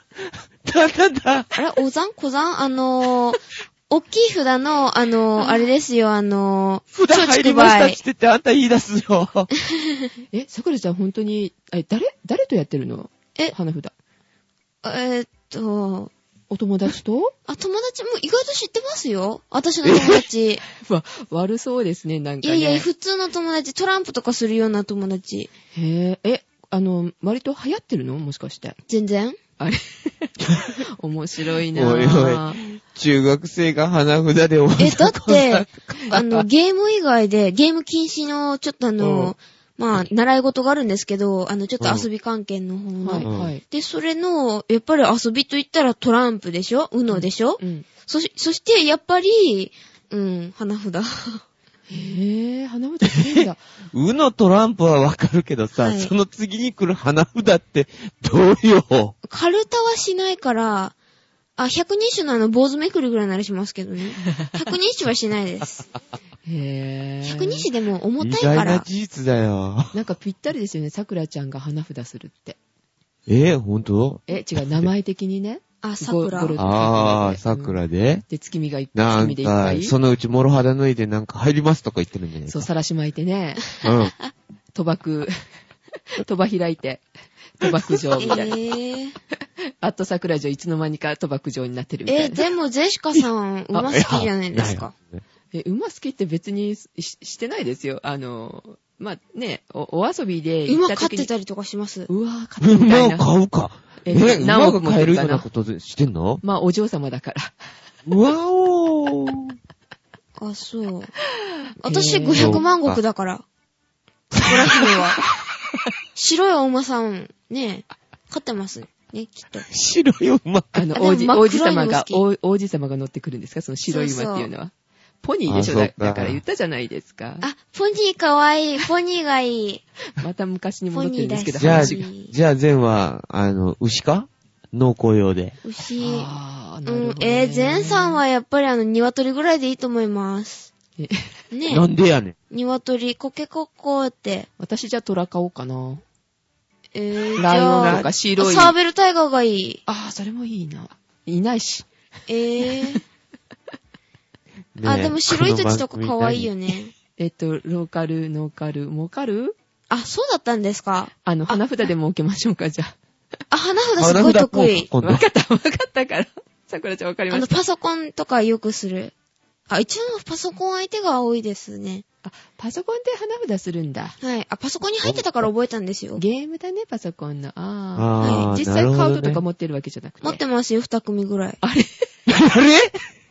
Speaker 2: ただだ。
Speaker 1: あれ、おざんこざんあのー、大きい札の、あのー、あれですよ、あのー、
Speaker 2: 札入りましたっ
Speaker 1: 松
Speaker 2: つってってあんた言い出すよ。
Speaker 3: え、さくらちゃん本当に、え、誰、誰とやってるの
Speaker 1: え
Speaker 3: 花札。
Speaker 1: 竹梅えーっと、
Speaker 3: お友達と
Speaker 1: あ、友達も意外と知ってますよ私の友達。
Speaker 3: うわ、悪そうですね、なん
Speaker 1: い
Speaker 3: か
Speaker 1: や
Speaker 3: ね。
Speaker 1: いや、普通の友達、トランプとかするような友達。
Speaker 3: へえ、え、あの、割と流行ってるのもしかして。
Speaker 1: 全然
Speaker 3: あれ面白いなぁ
Speaker 2: おいお中学生が花札で終わ
Speaker 1: え、だって、あの、ゲーム以外で、ゲーム禁止の、ちょっとあの、まあ、習い事があるんですけど、あの、ちょっと遊び関係の方の。
Speaker 3: はい、
Speaker 2: うん
Speaker 3: はい。
Speaker 1: で、それの、やっぱり遊びと言ったらトランプでしょうのでしょ、
Speaker 3: うん。
Speaker 1: そし、そして、やっぱり、うん、花札。
Speaker 3: へぇー、花札好きだ。
Speaker 2: うのトランプはわかるけどさ、
Speaker 1: はい
Speaker 2: その次に来る花札って、どうよ。
Speaker 1: カルタはしないから、あ、百人種のあの、坊主めくるぐらいならしますけど ね。百人種はしないです。
Speaker 3: へぇー。
Speaker 1: 百人種でも重たい
Speaker 2: 意
Speaker 1: か
Speaker 2: 外な
Speaker 1: ら。
Speaker 2: 事実だよ。
Speaker 3: なんかぴったりですよね、桜ちゃんが花札するって。
Speaker 2: えほんと
Speaker 3: え、違う、名前的にね。
Speaker 1: あ、
Speaker 3: ゴ
Speaker 1: 桜
Speaker 3: ゴ。ロ
Speaker 2: あー、桜で、
Speaker 3: で、月見がいっぱ、
Speaker 2: ない
Speaker 3: 月
Speaker 2: ん
Speaker 3: 見でいっぱ
Speaker 2: か、
Speaker 3: い。
Speaker 2: そのうち諸肌脱いでなんか入りますとか言ってるんじゃない
Speaker 3: そう、
Speaker 2: か。
Speaker 3: さらし巻いてね、
Speaker 2: うん。
Speaker 3: 賭博、 賭場開いて、賭博場
Speaker 1: え
Speaker 3: みたいな。
Speaker 1: ー、
Speaker 3: あっと桜城いつの間にか賭博場になってるみた
Speaker 1: え
Speaker 3: いな。
Speaker 1: でも、ゼシカさん、馬好きじゃないですか。
Speaker 2: いや。
Speaker 3: え、馬好きって別にししてないですよ。あの、まあ、ね、お、お遊びで行っ
Speaker 1: 馬
Speaker 3: た
Speaker 1: 飼っ
Speaker 3: 時に
Speaker 1: てたりとかします。
Speaker 3: うわぁ、勝ったみた
Speaker 2: 馬
Speaker 3: い
Speaker 2: を
Speaker 3: な。
Speaker 2: 買うか。え、
Speaker 3: えー何
Speaker 2: 馬
Speaker 3: 億
Speaker 2: が
Speaker 3: も
Speaker 2: 買えるよう
Speaker 3: 買
Speaker 2: な
Speaker 3: った
Speaker 2: こ
Speaker 3: な
Speaker 2: としてんの
Speaker 3: まあ、お嬢様だから。
Speaker 2: うわおー。
Speaker 1: あ、そう。私、
Speaker 3: えー
Speaker 1: 500万石だから。桜姫は。白いお馬さん、ね、飼ってます。ね、きっと。
Speaker 2: 白い馬。
Speaker 3: あの、
Speaker 1: でも
Speaker 3: 王子、
Speaker 1: 真っ
Speaker 3: 王子
Speaker 1: 黒いの
Speaker 3: 様
Speaker 1: が
Speaker 3: が
Speaker 1: 好、き
Speaker 3: 王王子様が乗ってくるんですかその白い馬っていうのは。ポニーでしょ
Speaker 2: あそ
Speaker 3: だ
Speaker 2: っか
Speaker 3: だから言ったじゃないですか。
Speaker 1: あ、ポニーかわいい。ポニーがいい。
Speaker 3: また昔に戻ってるんですけど、
Speaker 2: じゃあ、
Speaker 3: 話
Speaker 1: ポニ
Speaker 3: が。
Speaker 1: ー
Speaker 2: じゃあ前は、あの、牛か農耕用で。
Speaker 1: 牛。う
Speaker 3: あーなる
Speaker 1: ん
Speaker 3: ほ、どね
Speaker 1: えー、前さんはやっぱりあの、鶏ぐらいでいいと思います。
Speaker 3: え
Speaker 1: ね
Speaker 2: なんでやねん。
Speaker 1: 鶏、コケコッコーって。
Speaker 3: 私じゃあ虎買おうかな。
Speaker 1: えー、じ
Speaker 3: ライオン
Speaker 1: ゃ
Speaker 3: と
Speaker 1: あ、
Speaker 3: か白い。
Speaker 1: サー
Speaker 3: あ
Speaker 1: ベルタイガーがいい。
Speaker 3: あー、それもいいな。いないし。
Speaker 1: えー、
Speaker 2: ねえ
Speaker 1: あ、でも白い土地とかかわいいよ。
Speaker 2: こ
Speaker 1: ね。
Speaker 3: えっと、ローカル、ノーカル、儲かる
Speaker 1: あ、そうだったんですか
Speaker 3: あの、花札で儲けましょうか、じゃ
Speaker 1: あ、花
Speaker 2: の
Speaker 1: 札
Speaker 2: 番
Speaker 1: す
Speaker 2: 組
Speaker 1: ごい得意。
Speaker 2: みたいに花
Speaker 3: あ。わ
Speaker 2: 札
Speaker 3: かった、わかったから。桜ちゃんわかり
Speaker 1: あ
Speaker 3: ま
Speaker 1: の、
Speaker 3: した。
Speaker 1: パソコンとかよくする。あ、一応パソコン相手が多いですね。
Speaker 3: あ、パソコンで花札するんだ。
Speaker 1: はい。あ、パソコンに入ってたから覚えたんですよ。
Speaker 3: ゲームだね、パソコンの。ああ。
Speaker 2: あー
Speaker 3: はい。実際
Speaker 2: なるほ
Speaker 3: カ
Speaker 2: どね
Speaker 3: ードとか持ってるわけじゃなくて。
Speaker 1: 持ってますよ、二組ぐらい。
Speaker 3: あ れ
Speaker 2: あれ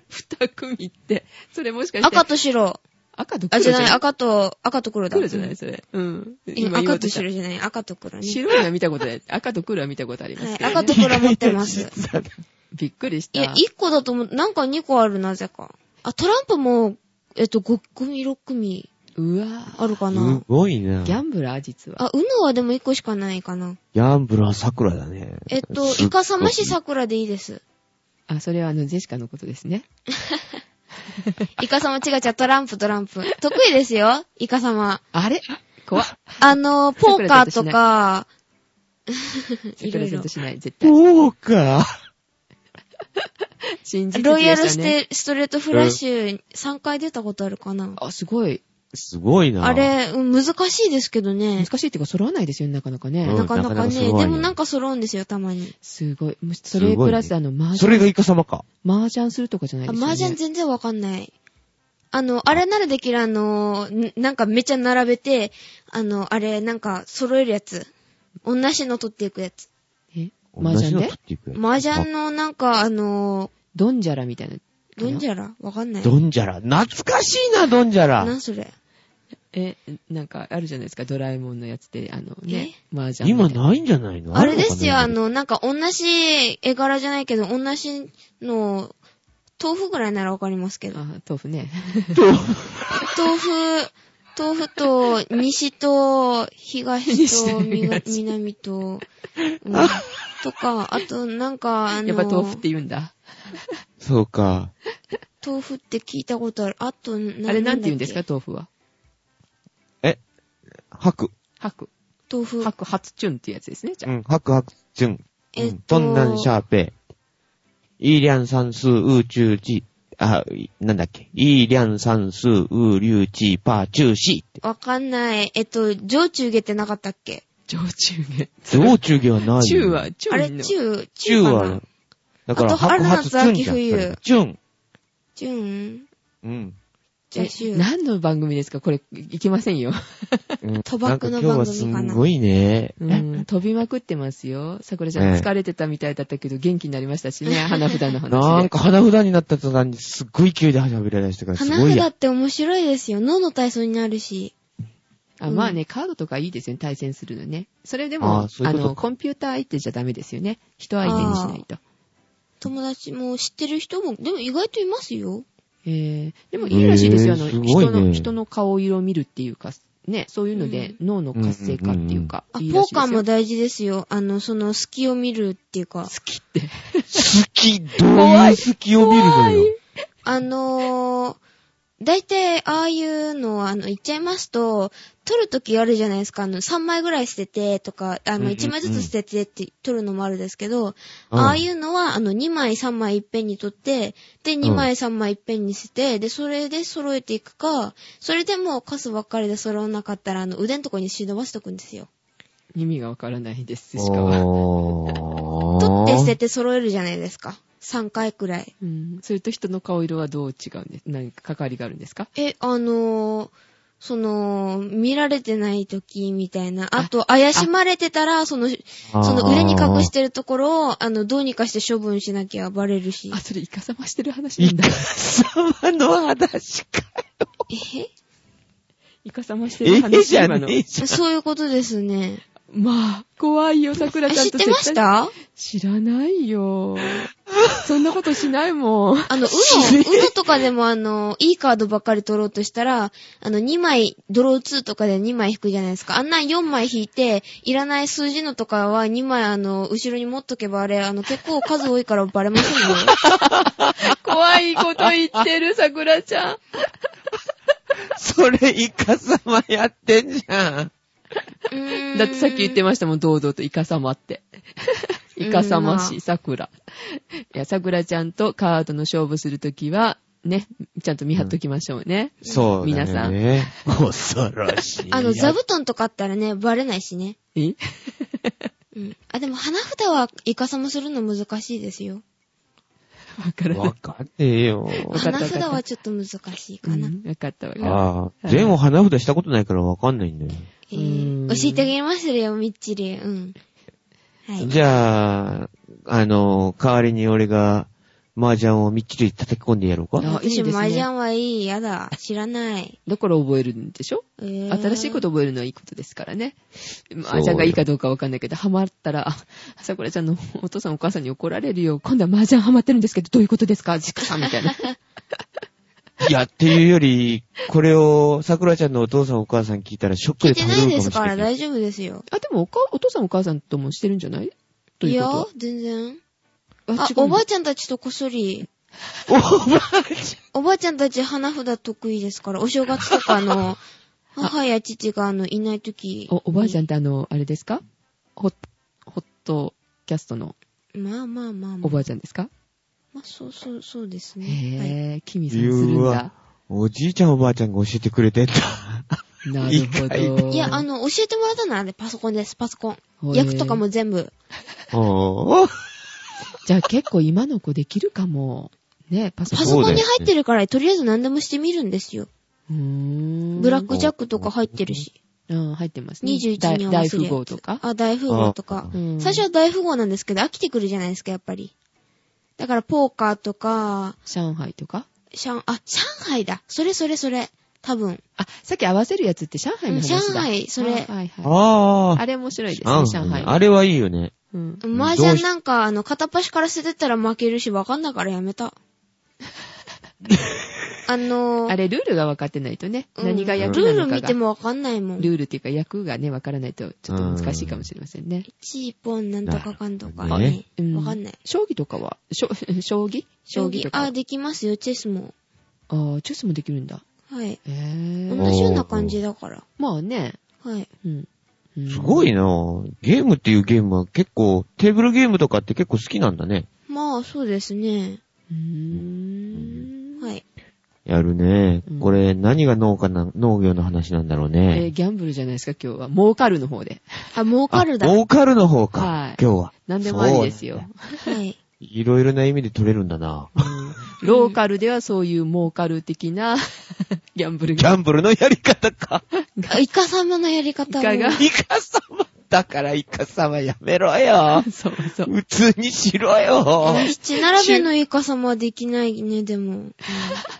Speaker 3: 二組って。それもしかして。
Speaker 1: 赤と白。
Speaker 3: 赤と
Speaker 1: あ、
Speaker 3: 黒
Speaker 1: じ
Speaker 3: じ
Speaker 1: ゃ
Speaker 3: ゃ
Speaker 1: な、
Speaker 3: ないい
Speaker 1: 赤と、赤と黒だ。
Speaker 3: 黒じゃない、それ。うん。
Speaker 1: うん
Speaker 3: 言お
Speaker 1: 赤
Speaker 3: う
Speaker 1: と
Speaker 3: した
Speaker 1: 白じゃない、赤と黒ね。
Speaker 3: 白いのは見たことない。赤と黒は見たことありま
Speaker 1: は
Speaker 3: す
Speaker 1: い、
Speaker 3: けど、ね。
Speaker 1: 赤と黒持ってます。
Speaker 3: びっくりし
Speaker 1: い
Speaker 3: た。
Speaker 1: や、1個だと思う、なんか2個ある、なぜか。あ、トランプも、えっと、5組、6組
Speaker 3: うわ
Speaker 1: あるかな
Speaker 2: す。ごいな。
Speaker 3: ギ
Speaker 2: ギ
Speaker 3: ャンブラー、実は。
Speaker 1: あ、うのはでも1個しかないかな。
Speaker 2: ャンブラー桜だね。
Speaker 1: えっと、
Speaker 2: すごい
Speaker 1: イカサマシ桜でいいです。
Speaker 3: あ、それはあの、ジェシカのことですね。
Speaker 1: イカ様違う違う、トランプトランプ。得意ですよ、イカ様。
Speaker 3: あれ怖っ。
Speaker 1: あの、ポーカーとか、 い
Speaker 3: い
Speaker 1: ろ
Speaker 3: ろ
Speaker 1: い
Speaker 3: い
Speaker 1: ろ
Speaker 3: ろ。しない、絶対。
Speaker 2: そうか。
Speaker 3: 真実的でしたね
Speaker 1: ロイヤルステ、ストレートフラッシュ3回出たことあるかな。
Speaker 3: あ、すごい。
Speaker 2: すごいな。
Speaker 1: あれ、うん難しいですけどね。
Speaker 3: 難しいっていうか、揃わないですよね、なかなかね。
Speaker 2: うん
Speaker 1: なかな
Speaker 2: な
Speaker 1: か
Speaker 2: かなか
Speaker 1: ね。
Speaker 2: すごいね
Speaker 1: でもなんか揃うんですよ、たまに。
Speaker 3: すごい。もしそ
Speaker 2: す
Speaker 3: れ
Speaker 2: ごいね
Speaker 3: プラス、あの、麻
Speaker 2: それ
Speaker 3: 雀、
Speaker 2: がイカ様か。
Speaker 3: 麻雀するとかじゃない
Speaker 1: あ
Speaker 3: ですよね。
Speaker 1: 麻雀全然わかんない。あの、あれならできる、あの、んなんかめちゃ並べて、あの、あれ、なんか揃えるやつ。同じの取っていくやつ。
Speaker 3: え
Speaker 2: 同
Speaker 3: 麻
Speaker 2: じ
Speaker 3: 雀
Speaker 2: の
Speaker 3: で
Speaker 2: 取っていくやつ。
Speaker 1: 麻雀
Speaker 2: あ
Speaker 1: のなんか、あの、
Speaker 3: ドンジャラみたいな。
Speaker 1: どんじゃらわかんない。
Speaker 2: ドンジャラ。懐かしいな、ドンジャラ。
Speaker 1: なんそれ。
Speaker 3: え、なんか、あるじゃないですか、ドラえもんのやつで、あのね、麻雀。
Speaker 2: 今ないんじゃないの
Speaker 1: あれですよ、あ、
Speaker 2: る
Speaker 1: の、なんか、同じ絵柄じゃないけど、同じの、豆腐ぐらいならわかりますけど。
Speaker 3: あ、豆腐ね。
Speaker 2: のかなと
Speaker 1: 豆腐、豆腐と、西と、東と、
Speaker 3: 西
Speaker 1: みが
Speaker 3: 東
Speaker 1: 南と、うん、とか、あと、なんか、あの、
Speaker 3: やっぱ豆腐って言うんだ。
Speaker 2: そうか。
Speaker 1: 豆腐って聞いたことある。あと、
Speaker 3: あ
Speaker 1: あ
Speaker 3: れなんて言うんですか、豆腐は。
Speaker 2: え、白。
Speaker 3: 白。
Speaker 1: 豆腐。
Speaker 3: 白初チュンっていうやつですね、じゃ
Speaker 2: う
Speaker 3: あ。
Speaker 2: ん、白白チュン。
Speaker 1: えっと
Speaker 2: トンナンシャーペイ。イーリャンサンスー、ウーチューチー、あ、いなんだっけ。イーリャンサンスー、ウーリューチー、パーチューシーって。
Speaker 1: わかんない。えっと、上中下ってなかったっけ
Speaker 3: 上中下。
Speaker 2: 上中下はないよ。
Speaker 3: 中は、中
Speaker 1: あれ、
Speaker 3: の。
Speaker 1: 中、
Speaker 2: 中
Speaker 1: 中かな
Speaker 2: は、だか
Speaker 1: あ
Speaker 2: ら
Speaker 1: と春
Speaker 2: 白
Speaker 1: 夏
Speaker 2: 発チュンじゃん。
Speaker 1: 秋冬
Speaker 2: それチュン。
Speaker 1: 中
Speaker 2: うん。
Speaker 1: じゃあ中
Speaker 3: え。何の番組ですかこれ、いけませんよ。
Speaker 2: うん
Speaker 1: 賭博の
Speaker 2: なん
Speaker 1: 番
Speaker 2: か今
Speaker 1: 組
Speaker 2: 日
Speaker 1: かな
Speaker 2: はすごいね。
Speaker 3: うん、飛びまくってますよ。桜ちゃん
Speaker 2: ええ
Speaker 3: 疲れてたみたいだったけど、元気になりまし たしね、花札の話で。
Speaker 2: なんか花札になった途端にすっごい勢いで喋り出してからす
Speaker 1: 花
Speaker 2: ごい
Speaker 1: 札
Speaker 2: や。
Speaker 1: って面白いですよ。脳の体操になるし。
Speaker 3: あ
Speaker 1: うん
Speaker 3: まあね、カードとかいいですよね、対戦するのね。それで
Speaker 2: あ
Speaker 3: も、
Speaker 2: ー
Speaker 3: あ
Speaker 2: そういうことか
Speaker 3: の、コンピューター相手じゃダメですよね。人相手にしないと。
Speaker 1: 友達も知ってる人も、でも意外といますよ。
Speaker 3: えー、でもいいらしいですよ、あの、
Speaker 2: へーすごいね
Speaker 3: 人の、人の顔色を見るっていうか、ね、そういうので、脳の活性化っていうか、
Speaker 1: あ、ポ
Speaker 3: いいらし
Speaker 1: ー
Speaker 3: いで
Speaker 1: カ
Speaker 3: す
Speaker 1: ー
Speaker 3: よ
Speaker 1: も大事ですよ。あの、その、隙を見るっていうか。
Speaker 2: 好き、どういう好きを見るのよ。
Speaker 1: あのー、大体、ああいうのは、あの、言っちゃいますと、取るときあるじゃないですか。あの、3枚ぐらい捨てて、とか、あ
Speaker 2: うんうんう
Speaker 1: の、
Speaker 2: ん
Speaker 1: 1枚ずつ捨ててって取るのもあるんですけど、
Speaker 2: うん
Speaker 1: ああいうのは、あの、2枚、3枚いっぺんに取って、で、2枚、3枚いっぺんに捨てて、で、それで揃えていくか、それでもう数ばっかりで揃わなかったら、あの、腕のとこに忍ばしとくんですよ。
Speaker 3: 意味がわからないです、しかは。
Speaker 2: あ
Speaker 1: 取って捨て
Speaker 2: ー
Speaker 1: て揃えるじゃないですか。3回くらい。
Speaker 3: うん、それと人の顔色はどう違うんです何か関わりがあるんですか
Speaker 1: え、あのーその、見られてない時みたいな。
Speaker 3: あ
Speaker 1: あと、怪しまれてたら、その、その裏に隠してるところを、あの、どうにかして処分しなきゃバレるし
Speaker 3: あ、。それイカサマしてる話な
Speaker 2: イ
Speaker 3: ん
Speaker 2: カ
Speaker 3: だ。
Speaker 2: 様の話か。
Speaker 1: え
Speaker 3: イカサマして
Speaker 2: え
Speaker 3: る
Speaker 2: え
Speaker 3: 話
Speaker 2: じゃ
Speaker 3: 今の
Speaker 2: ね。えじゃん。
Speaker 1: そういうことですね。
Speaker 3: まあ、怖いよ、桜
Speaker 1: え
Speaker 3: ちゃん
Speaker 1: 知っ
Speaker 3: と
Speaker 1: てまし
Speaker 3: 絶対
Speaker 1: た
Speaker 3: 知らないよ。そんなことしないもん。
Speaker 1: あ の、うの、うのとかでもあの、いいカードばっかり取ろうとしたら、あの、2枚、ドロー2とかで2枚引くじゃないですか。あんなん4枚引いて、いらない数字のとかは2枚あの、後ろに持っとけばあれ、あの、結構数多いからバレません よ。
Speaker 3: 怖いこと言ってる、桜ちゃん。
Speaker 2: それイカ様やってんじゃん。
Speaker 1: うーん
Speaker 3: だってさっき言ってましたもん、堂々とイカ様って。イカ
Speaker 1: う
Speaker 3: 様
Speaker 1: んま
Speaker 3: し、桜。いや、桜ちゃんとカードの勝負するときは、ね、ちゃんと見張っときましょうね。
Speaker 2: そうだ
Speaker 3: 皆さ
Speaker 2: ね。恐ろしい。
Speaker 1: あの、座布団とかあったらね、バレないしね。
Speaker 3: え
Speaker 1: うん。あ、でも花札はイカサマするの難しいですよ。
Speaker 3: わからない
Speaker 2: わ。かんねえよ。
Speaker 3: わかった
Speaker 1: 花札はちょっと難しいかな。
Speaker 3: うんわかったわかった。
Speaker 2: ああ、前後花札したことないからわかんないんだよ。
Speaker 1: えー
Speaker 3: うん
Speaker 1: 教えてあげますよ、みっちり。うん。はい。
Speaker 2: じゃあ、あの、代わりに俺が、麻雀をみっちり叩き込んでやろうか。
Speaker 3: あいい
Speaker 1: 私
Speaker 3: ですね
Speaker 1: も麻雀はいい。やだ。知らない。
Speaker 3: だから覚えるんでしょ
Speaker 1: えー
Speaker 3: 新しいこと覚えるのはいいことですからね。まあ、ちゃんがいいかどうかわかんないけど、ハマったら、あ、さくらちゃんのお父さんお母さんに怒られるよ。今度は麻雀ハマってるんですけど、どういうことですかジクさんみた いな。
Speaker 2: いや、っていうより、これを、桜ちゃんのお父さんお母さん聞いたらショック
Speaker 1: 聞
Speaker 2: で
Speaker 1: いてない
Speaker 2: 倒れ
Speaker 1: で
Speaker 2: るか
Speaker 1: す
Speaker 2: もし
Speaker 1: から
Speaker 2: れない。
Speaker 1: 大丈夫ですよ。
Speaker 3: あ、でもおか、お父さんお母さんともしてるんじゃないと
Speaker 1: い
Speaker 3: いう
Speaker 1: や
Speaker 3: こ、
Speaker 1: 全然。
Speaker 3: とは。
Speaker 1: あ、おばあ
Speaker 3: あ
Speaker 1: ちゃんたちとこっそ り。
Speaker 2: おばあち
Speaker 1: おばあちゃんたち花札得意ですから、お正月とかあ の、母や父があの、いないとき。
Speaker 3: おおばあちゃんってあの、あれですかホッ、ホットキャストの
Speaker 1: まあまあまあまあ。
Speaker 3: おばあちゃんですか、
Speaker 1: まあ、そうそう、そうです
Speaker 3: へ
Speaker 1: ね。はい、
Speaker 3: ぇー、キミ
Speaker 2: ゃ
Speaker 3: さ
Speaker 2: ん。
Speaker 3: んするん
Speaker 2: う
Speaker 3: だ
Speaker 2: わ。。おじいちゃんおばあちゃんが教えてくれてんだ。
Speaker 3: なるほど。
Speaker 1: いや、あの、教えてもらったのはね、パソコンです、パソコン。
Speaker 3: ほえ
Speaker 1: 役とかも全部。
Speaker 2: おー
Speaker 3: じゃあ結構今の子できるかも。ね、パソコ
Speaker 1: パ
Speaker 3: ン。
Speaker 1: ソコ
Speaker 2: そ
Speaker 1: ン
Speaker 2: う
Speaker 1: に
Speaker 2: だよね
Speaker 1: 入ってるから、とりあえず何でもしてみるんですよ。
Speaker 3: うーん
Speaker 1: ブラックジャックとか入ってるし。
Speaker 3: うん、入ってますね。
Speaker 1: 21に合わ
Speaker 3: 大
Speaker 1: せる
Speaker 3: 富
Speaker 1: やつ
Speaker 3: 豪とか。
Speaker 1: あ、大富豪とか
Speaker 2: あ。
Speaker 3: うん
Speaker 1: 最初は大富豪なんですけど、飽きてくるじゃないですか、やっぱり。だから、ポーカーとか、
Speaker 3: 上海とか。
Speaker 1: シャン、あ、上海だ。それそれそれ。多分。
Speaker 3: あ、さっき合わせるやつって上海の話だ。
Speaker 1: うん上海それ
Speaker 3: はいはいはい。
Speaker 2: あ
Speaker 3: あ
Speaker 2: ー
Speaker 3: れ面白いです
Speaker 2: あ
Speaker 3: ね
Speaker 2: ん、、
Speaker 3: 上海。
Speaker 2: あれはいいよね。
Speaker 3: うん。
Speaker 1: 麻雀なんか、あの、片っ端から捨ててったら負けるし、わかんないからやめ た。あのー
Speaker 3: あれ、ルールが分かってないとね、
Speaker 1: うん
Speaker 3: 何が役
Speaker 1: ル
Speaker 3: な
Speaker 1: ール
Speaker 3: のか
Speaker 1: 見
Speaker 3: が。
Speaker 1: てもわかんないもん。
Speaker 3: ルールっていうか役がね、分からないとちょっと難しいかもしれませんね。
Speaker 1: 1本なんとかかんとか
Speaker 2: なるほど
Speaker 1: ね
Speaker 2: ね。
Speaker 3: うん
Speaker 1: わかんない。
Speaker 3: 将棋とかは、しょ 将棋
Speaker 1: 将棋
Speaker 3: と、かは。
Speaker 1: あ、できますよ、チェスも。
Speaker 3: あー、チェスもできるんだ。
Speaker 1: はい。
Speaker 3: へえ。
Speaker 1: 同じような感じだから。
Speaker 3: まあね、
Speaker 1: はい。
Speaker 3: うん。うん
Speaker 2: すごいなぁゲームっていうゲームは結構、テーブルゲームとかって結構好きなんだね。
Speaker 1: まあ、そうですね。
Speaker 3: うーん。
Speaker 1: はい。
Speaker 2: やるね
Speaker 3: うん。
Speaker 2: これ、何が農家な、農業の話なんだろう
Speaker 3: えー
Speaker 2: ね。
Speaker 3: ギャンブルじゃないですか、今日は。儲かるの方で。
Speaker 1: あ、儲かるだ。
Speaker 2: あ
Speaker 1: は
Speaker 2: 儲かるの方
Speaker 3: はい
Speaker 2: か、今日は。
Speaker 3: 何でもありですよ
Speaker 2: そう。
Speaker 1: い。
Speaker 2: いろいろな意味で取れるんだな。
Speaker 3: うんローカルではそういう儲かる的な ギャンブル
Speaker 2: ギャンブルのやり方か。
Speaker 1: あイカ様のやり方
Speaker 3: イカが
Speaker 1: も。
Speaker 2: イカ様だからイカ様やめろよ。
Speaker 3: そうそう。
Speaker 2: 普通にしろよ。
Speaker 1: 七並べのイカ様はできないね、でも。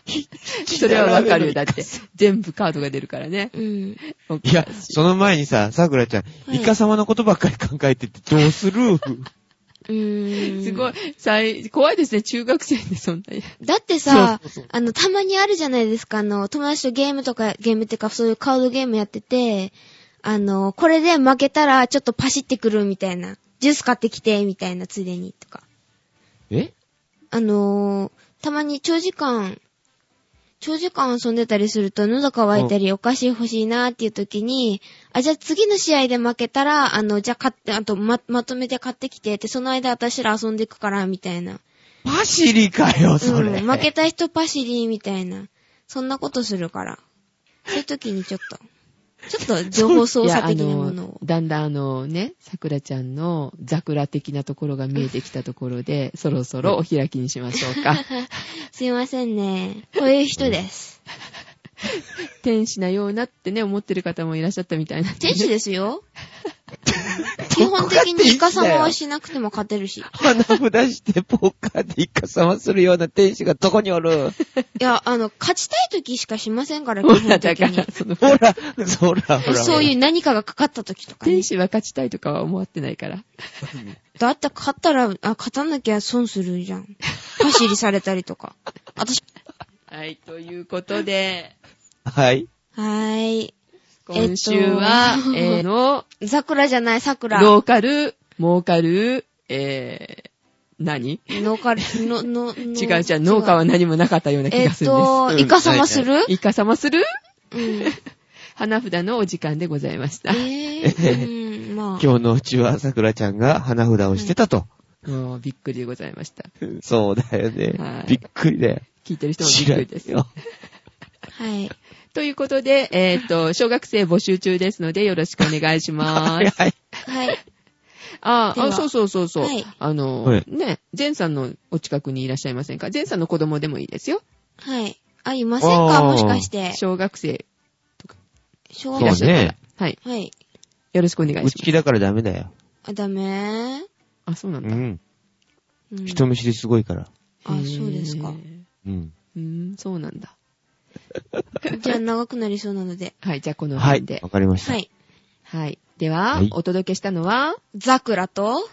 Speaker 3: それはわかるよ。だって、全部カードが出るからね。
Speaker 1: うん。
Speaker 2: いや、その前にさ、桜ちゃん、
Speaker 1: はい
Speaker 2: イカ様のことばっかり考えててどうする
Speaker 1: うーん。
Speaker 3: すごい。、最、怖いですね、中学生でそんなに。
Speaker 1: だってさ
Speaker 2: そうそうそう、
Speaker 1: あの、たまにあるじゃないですか、あの、友達とゲームとか、ゲームっていうか、そういうカードゲームやってて、あの、これで負けたら、ちょっとパシってくるみたいな。ジュース買ってきて、みたいな、ついでに、とか。
Speaker 2: え
Speaker 1: あのーたまに長時間、長時間遊んでたりすると喉乾いたりお菓子欲しいなーっていう時に、あ、じゃあ次の試合で負けたら、あの、じゃあ買って、あとま、まとめて買ってきて、で、その間私ら遊んでいくから、みたいな。
Speaker 2: パシリかよ、それ。
Speaker 1: うん、負けた人パシリみたいな。そんなことするから。そういう時にちょっと、ちょっと情報操作的なものを。
Speaker 3: だんだんあのね、桜ちゃんのザクラ的なところが見えてきたところで、そろそろお開きにしましょうか。
Speaker 1: すいませんね。こういう人です。
Speaker 3: 天使なようなってね、思ってる方もいらっしゃったみたいなんで
Speaker 1: 天
Speaker 3: ね。
Speaker 1: 使です よ。基本的にイカ様はしなくても勝てるし。
Speaker 2: 花札してポーカーでイカ様するような天使がどこにおる
Speaker 1: いや、あの、勝ちたい時しかしませ んから、基
Speaker 3: ほら、
Speaker 1: 本
Speaker 3: だ
Speaker 1: 的
Speaker 3: から
Speaker 1: に。、
Speaker 3: その、
Speaker 2: ほら、そら、ほら。。
Speaker 1: そういうう何かがかかった時とかね
Speaker 3: 天。使は勝ちたいとかは思ってないから。
Speaker 1: だって勝ったら、あ、勝たなきゃ損するじゃん。パシリされたりとか。私、
Speaker 3: はい、ということで、
Speaker 2: はい。
Speaker 1: はーい。
Speaker 3: 今週は、え
Speaker 1: え
Speaker 3: ーの、
Speaker 1: 桜じゃない、桜。
Speaker 3: ローカル、儲かる、えー、何
Speaker 1: 農家、の、の、違う
Speaker 3: 違うじゃん、農家は何もなかったような気
Speaker 1: え
Speaker 3: が
Speaker 1: っ
Speaker 3: するんです。
Speaker 1: と、
Speaker 2: うん
Speaker 1: イカ様する
Speaker 3: イカ様する
Speaker 1: うん。え
Speaker 3: 花札のお時間でございました。
Speaker 1: ー、うん、まあ。
Speaker 2: 今日のうちは桜ちゃんが花札をしてたと。
Speaker 3: もうびっくりでございました。
Speaker 2: そうだよね。
Speaker 3: はい
Speaker 2: びっくりだよ。
Speaker 3: 聞いてる人もびっくりです
Speaker 2: 知らん。よ。
Speaker 1: はい。
Speaker 3: ということで、えっ、と、小学生募集中ですのでよろしくお願いしま
Speaker 2: は い
Speaker 3: す。
Speaker 2: はい。
Speaker 1: はい。
Speaker 3: あ
Speaker 1: で
Speaker 3: あ、
Speaker 1: は
Speaker 3: あそうそうそうそう。
Speaker 1: はい
Speaker 3: あの、
Speaker 2: はい
Speaker 3: ね、ジェンさんのお近くにいらっしゃいませんかジェンさんの子供でもいいですよ。
Speaker 1: はい。あ、いませんか
Speaker 2: あー
Speaker 1: もしかして。
Speaker 3: 小学生
Speaker 1: 小
Speaker 3: いら
Speaker 1: 学
Speaker 3: っし
Speaker 2: そ
Speaker 3: ゃ
Speaker 2: う
Speaker 3: る
Speaker 2: ね
Speaker 3: 方。はい。
Speaker 1: はい。
Speaker 3: よろしくお願いしま
Speaker 2: 内
Speaker 3: す。
Speaker 2: 気だからダメだよ。
Speaker 1: あ、ダメ
Speaker 3: あ、そうな
Speaker 2: うん
Speaker 3: だ。
Speaker 2: ん。
Speaker 1: うん
Speaker 2: 人見知りすごいから。
Speaker 1: あ、そうですか
Speaker 3: へ。ー
Speaker 2: うん。
Speaker 3: うーん、そうなんだ。
Speaker 1: じゃあ長くなりそうなので。
Speaker 3: はい、じゃあこの
Speaker 2: は
Speaker 3: 辺
Speaker 2: い
Speaker 3: で。。
Speaker 2: わかりました
Speaker 1: は。い。
Speaker 3: はい。では、
Speaker 2: はい
Speaker 3: お届けしたのは、
Speaker 1: 桜と、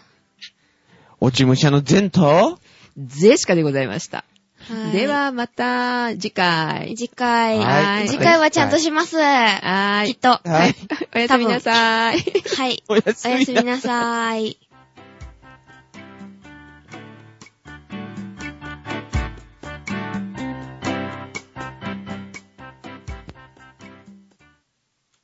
Speaker 2: 落ち武者の前と、
Speaker 3: ゼシカでございました。
Speaker 1: はい。
Speaker 3: で、は、また、次回。
Speaker 1: 次回、
Speaker 2: はい
Speaker 1: 次回はちゃんとします。
Speaker 3: はー
Speaker 1: きっ
Speaker 3: い。
Speaker 1: と。
Speaker 2: はい。
Speaker 3: おやすみなさい。
Speaker 1: はい。
Speaker 2: おやす
Speaker 1: お
Speaker 2: み
Speaker 1: や
Speaker 2: な
Speaker 1: す
Speaker 2: さ
Speaker 1: みなさー
Speaker 2: い。
Speaker 1: い。